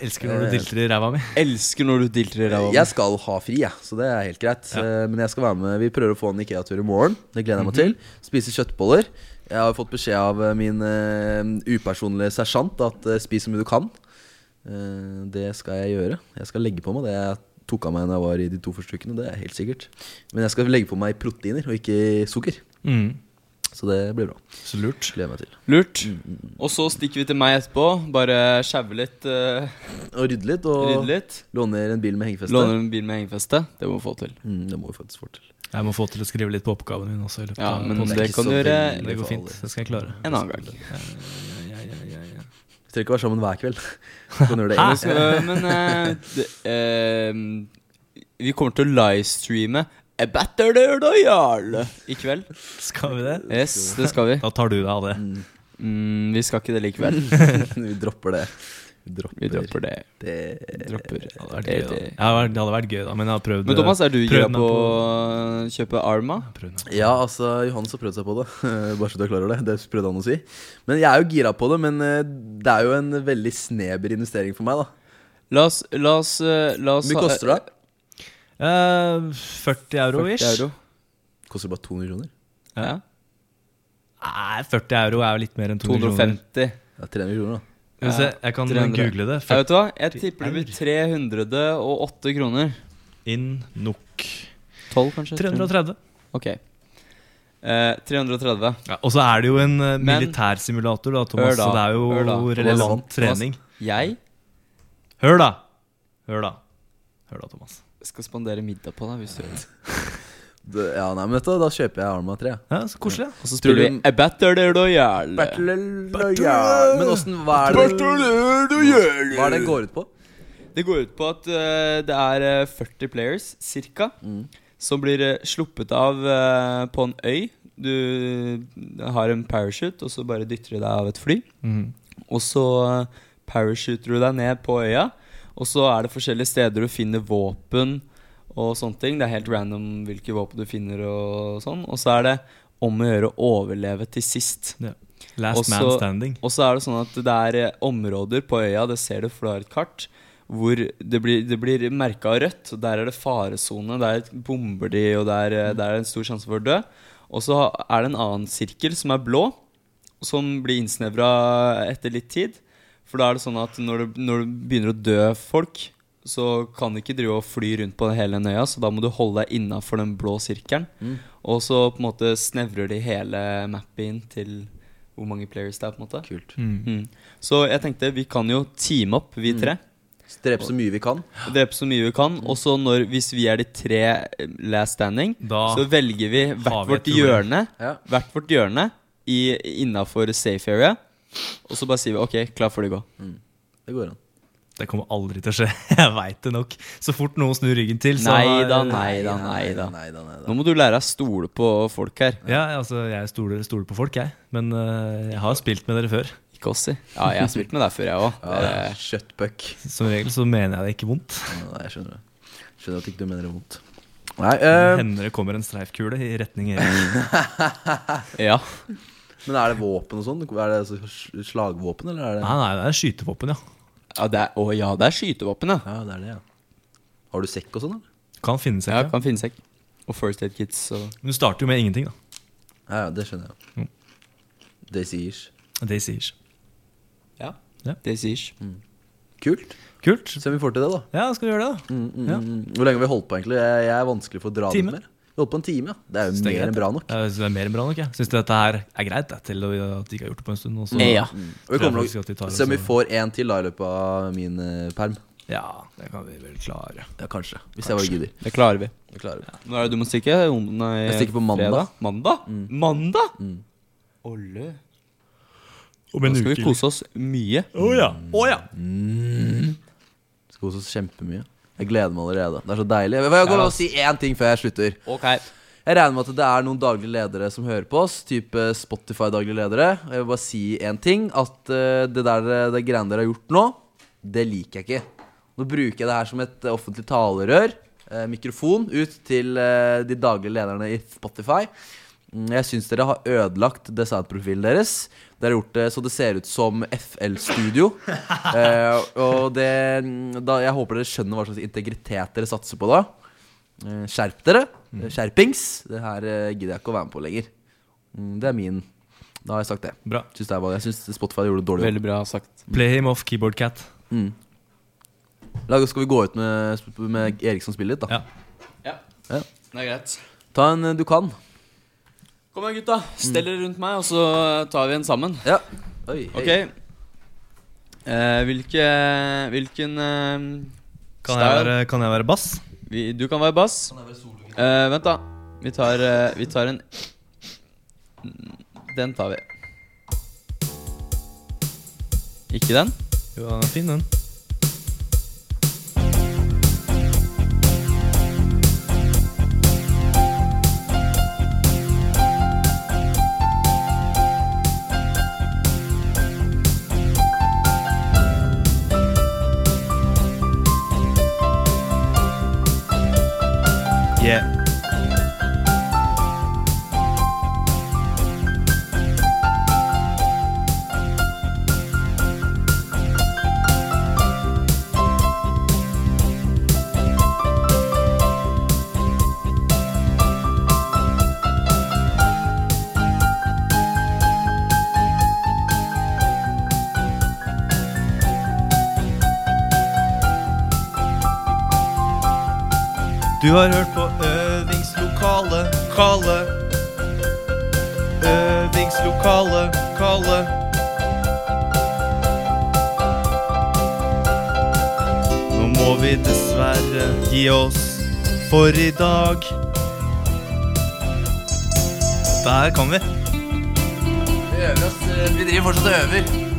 Speaker 6: Jeg elsker når
Speaker 7: Eh.
Speaker 6: du dilter i ræva mi.
Speaker 7: Elsker når du dilter i ræva.
Speaker 5: Jeg skal ha fri, jeg, så det er helt greit. Eh, Men jeg skal være med. Vi prøver å få en Ikea-tur i morgen. Det gleder jeg
Speaker 6: Mhm.
Speaker 5: meg til. Spise kjøttboller. Jeg har fått beskjed av eh, min eh, upersonlige sersjant at eh, spis så mye du kan. Eh, det skal jeg gjøre. Jeg skal legge på meg det jeg tok av meg når jeg var i de to første ukene. Det er helt sikkert. Men jeg skal legge på meg proteiner og ikke sukker.
Speaker 6: Mm.
Speaker 5: Så det blir bra.
Speaker 6: Så lurt.
Speaker 5: Gleder meg til.
Speaker 7: Lurt.
Speaker 5: Mm.
Speaker 7: Og så stikker vi til meg etterpå. Bare sjaue litt, eh,
Speaker 5: Og rydde litt, og
Speaker 7: rydde litt.
Speaker 5: låner en bil med hengefeste.
Speaker 7: Låner en bil med hengefeste. Det må vi få til.
Speaker 5: Mm, det må vi faktisk få til.
Speaker 6: Jeg må få til å skrive litt på oppgaven min også. i løpet
Speaker 7: Ja,
Speaker 6: av
Speaker 7: men
Speaker 6: podden.
Speaker 7: det
Speaker 5: ikke
Speaker 7: kan du
Speaker 5: så
Speaker 7: gjøre
Speaker 5: veldig-
Speaker 6: det går fint. Det skal jeg klare.
Speaker 7: en annen gang.
Speaker 5: Vi trenger ikke være sammen hver kveld. Vi kan gjøre det en gang.
Speaker 7: Eh, men eh, det, eh, vi kommer til å livestreame A Batter Royale i kveld.
Speaker 6: Skal vi det?
Speaker 7: Yes, det skal vi.
Speaker 6: Da tar du deg av det.
Speaker 7: Mm, vi skal ikke det likevel.
Speaker 5: Vi dropper det. Vi dropper,
Speaker 7: Vi dropper det.
Speaker 5: det.
Speaker 7: Dropper.
Speaker 6: Det hadde vært gøy, da. Ja, det hadde- det hadde vært gøy, da. Men jeg har prøvd
Speaker 7: Men Thomas, er du
Speaker 6: prøvd
Speaker 7: gira
Speaker 6: meg
Speaker 7: på å kjøpe Arma?
Speaker 6: prøvd meg.
Speaker 5: Ja, altså, Johannes har prøvd seg på det. Bare så du er klar over det. Det prøvde han å si. Men jeg er jo gira på det, men eh, det er jo en veldig sneber investering for meg, da.
Speaker 7: La oss, la oss, eh, la oss
Speaker 5: Hvor mye koster det?
Speaker 6: Eh, 40 euro ish.
Speaker 7: 40 euro.
Speaker 5: Koster det bare 200 kroner?
Speaker 7: Ja.
Speaker 6: Nei, 40 euro er jo litt mer enn 200 kroner.
Speaker 7: 250.
Speaker 5: Ja, 300 kroner, da.
Speaker 6: Skal vi se, Jeg kan
Speaker 7: 300.
Speaker 6: google det.
Speaker 7: Ja, vet du hva? Jeg
Speaker 6: 40
Speaker 7: tipper det blir
Speaker 6: euro.
Speaker 7: 308 kroner.
Speaker 6: Inn nok.
Speaker 7: 12, kanskje?
Speaker 6: 330.
Speaker 7: Ok. Eh, 330.
Speaker 6: Ja, og så er det jo en eh,
Speaker 7: Men-
Speaker 6: militærsimulator, da, Thomas.
Speaker 7: Hør da,
Speaker 6: så det er
Speaker 7: hør da.
Speaker 6: jo relevant trening.
Speaker 7: Jeg
Speaker 6: Hør, da! Hør, da. Hør da, Thomas.
Speaker 7: skal spandere middag på deg, hvis du vil.
Speaker 5: Det, ja, nei, men vet du, hva, da kjøper jeg Arma 3.
Speaker 6: Ja, så koselig. da.
Speaker 7: Og så spiller vi
Speaker 5: du-
Speaker 7: A Battle Royale.
Speaker 5: Battle Royale. Men åssen Hva er det Hva er det går ut på?
Speaker 7: Det går ut på at eh, det er eh, 40 players, cirka, som blir eh, sluppet av eh, på en øy. Du eh, har en parachute, og så bare dytter du deg av et fly.
Speaker 6: Mm.
Speaker 7: Og så eh, parachuter du deg ned på øya, og så er det forskjellige steder du finner våpen og sånne ting. Det er helt random hvilke våpen du finner og sånn. Og så er det om å gjøre å overleve til sist.
Speaker 6: Ja. Last
Speaker 7: Og
Speaker 6: man
Speaker 7: så-
Speaker 6: standing.
Speaker 7: Og så er det sånn at det er eh, områder på øya, det ser du for du har et kart, hvor det blir, det blir merka rødt. og Der er det faresone, der bomber de, og der, eh, der er det en stor sjanse for å dø. Og så er det en annen sirkel som er blå, som blir innsnevra etter litt tid. For da er det sånn at når det, når det begynner å dø folk, så kan du ikke drive og fly rundt på hele den øya, så da må du holde deg innafor den blå sirkelen. Og så på en måte snevrer de hele mappet inn til hvor mange players det er. på en måte
Speaker 5: Kult.
Speaker 7: Mm. Så jeg tenkte vi kan jo teame opp,
Speaker 6: Mm.
Speaker 7: vi tre.
Speaker 5: Drepe så mye vi kan.
Speaker 7: og Drepe så mye vi kan. Og så når, hvis vi er de tre eh, last standing,
Speaker 6: Da
Speaker 7: så velger vi
Speaker 6: har
Speaker 7: hvert
Speaker 6: vi et
Speaker 7: vårt
Speaker 6: problem.
Speaker 7: hjørne
Speaker 5: Ja.
Speaker 7: Hvert vårt hjørne innafor safe area. Og så bare sier vi OK, klar for det, gå.
Speaker 6: Mm.
Speaker 5: Det går an.
Speaker 6: Det kommer aldri til å skje. Jeg veit det nok. Så fort noen snur ryggen til, så
Speaker 7: Nei da, nei da, nei da.
Speaker 5: Nei da, nei da.
Speaker 7: Nå må du lære deg å stole på folk her.
Speaker 6: Ja, altså, jeg stoler, stoler på folk, jeg. Men eh, jeg har spilt med dere før.
Speaker 7: Ikke oss, si. Ja, jeg har spilt med deg før, jeg òg.
Speaker 5: Ja, det
Speaker 6: Eh.
Speaker 5: er Kjøttpuck.
Speaker 6: Som regel så mener jeg det ikke vondt.
Speaker 5: Ja, Nei, jeg skjønner det. Skjønner at ikke du mener det vondt. Nei, eh,
Speaker 6: Hender det kommer en streifkule i retning Erik.
Speaker 7: Eh, Ja.
Speaker 5: men er det våpen og sånn? Er det altså sl- slagvåpen, eller er det
Speaker 6: Nei, nei, det er skytevåpen, ja.
Speaker 7: Ja, det er, å ja, det er skytevåpen, ja.
Speaker 5: Ja, det er det, ja. Har du sekk og sånn, eller?
Speaker 6: Kan finnes
Speaker 7: ja
Speaker 6: ikke.
Speaker 7: kan finnes ikke. Og First Aid Kits og
Speaker 6: Men du starter jo med ingenting, da.
Speaker 5: Ja, ja, det skjønner jeg.
Speaker 6: Mm.
Speaker 5: Det sier
Speaker 6: Det sier
Speaker 7: Ja. Mm.
Speaker 6: Ja.
Speaker 7: Det sier
Speaker 5: Kult.
Speaker 6: Kult.
Speaker 5: Se om vi får til det, da.
Speaker 6: Ja, skal vi gjøre det, da? Ja.
Speaker 5: Mm, Hvor lenge har vi holdt på, egentlig? Jeg, jeg er vanskelig for å dra det
Speaker 6: Time.
Speaker 5: ut mer. Vi holdt på en time, ja. Det er jo
Speaker 6: Synes det er
Speaker 5: mer
Speaker 6: greit,
Speaker 5: enn bra nok.
Speaker 6: Jeg synes det er mer enn bra nok, jeg. Syns dette her er greit, det, til at de ikke har gjort det på en stund. og så-
Speaker 7: Ja.
Speaker 5: Og
Speaker 6: Tror
Speaker 5: vi
Speaker 6: jeg
Speaker 5: kommer
Speaker 6: faktisk at de tar
Speaker 5: nok Se om vi
Speaker 6: oss og-
Speaker 5: får en til da i løpet av min eh, perm.
Speaker 6: ja, det kan vi vel klare.
Speaker 5: Ja, kanskje. Hvis jeg bare gidder.
Speaker 7: Det klarer vi.
Speaker 5: Det klarer vi.
Speaker 7: Når er det du må stikke? Om- Nei,
Speaker 5: Jeg stikker på mandag.
Speaker 7: fredag? Mandag? Mandag? Olle.
Speaker 6: Om
Speaker 7: Nå skal vi kose oss mye.
Speaker 6: Å ja. Å ja.
Speaker 5: Skal kose oss kjempemye. Jeg gleder meg allerede. Det er så deilig. Jeg vil bare si én ting før jeg slutter.
Speaker 7: Ok.
Speaker 5: Jeg regner med at det er noen daglige ledere som hører på oss. Type Spotify-daglige ledere. Og jeg vil bare si én ting. At eh, det der eh, det greiene dere har gjort nå, det liker jeg ikke. Nå bruker jeg det her som et eh, offentlig talerør. eh, mikrofon ut til eh, de daglige lederne i Spotify. Mm, Jeg syns dere har ødelagt designprofilen deres. Dere har gjort det så det ser ut som FL Studio. Eh, og det, mm, da, jeg håper dere skjønner hva slags integritet dere satser på da. Eh, Skjerp dere. Skjerpings. Det her eh, gidder jeg ikke å være med på lenger. Mm, Det er min. Da har jeg sagt det.
Speaker 6: Bra.
Speaker 5: Synes det er bra. Jeg syns Spotify gjorde det dårlig.
Speaker 7: Veldig bra sagt.
Speaker 6: Play him off keyboard cat.
Speaker 5: Lag, skal vi gå ut med, med Erik som spiller litt, da?
Speaker 6: Ja.
Speaker 7: Ja.
Speaker 5: Ja.
Speaker 7: Det er greit.
Speaker 5: Ta en eh, du kan.
Speaker 7: Kom igjen, gutta. Stell dere rundt meg, og så tar vi en sammen.
Speaker 5: Ja. Oi, hei.
Speaker 7: Ok. Eh, hvilke Hvilken eh,
Speaker 6: Kan jeg
Speaker 7: Style.
Speaker 6: være, kan jeg være bass?
Speaker 7: vi, Du kan være bass. Eh, vent, da. Vi tar, eh, vi tar en Den tar vi. Ikke den?
Speaker 6: Jo, den er fin, den. Yeah. Du har hørt på øvingslokale, Kalle. Øvingslokale, Kalle. Nå må vi dessverre gi oss for i dag. Der kan vi.
Speaker 5: Vi øver oss. eh, Vi driver fortsatt og øver.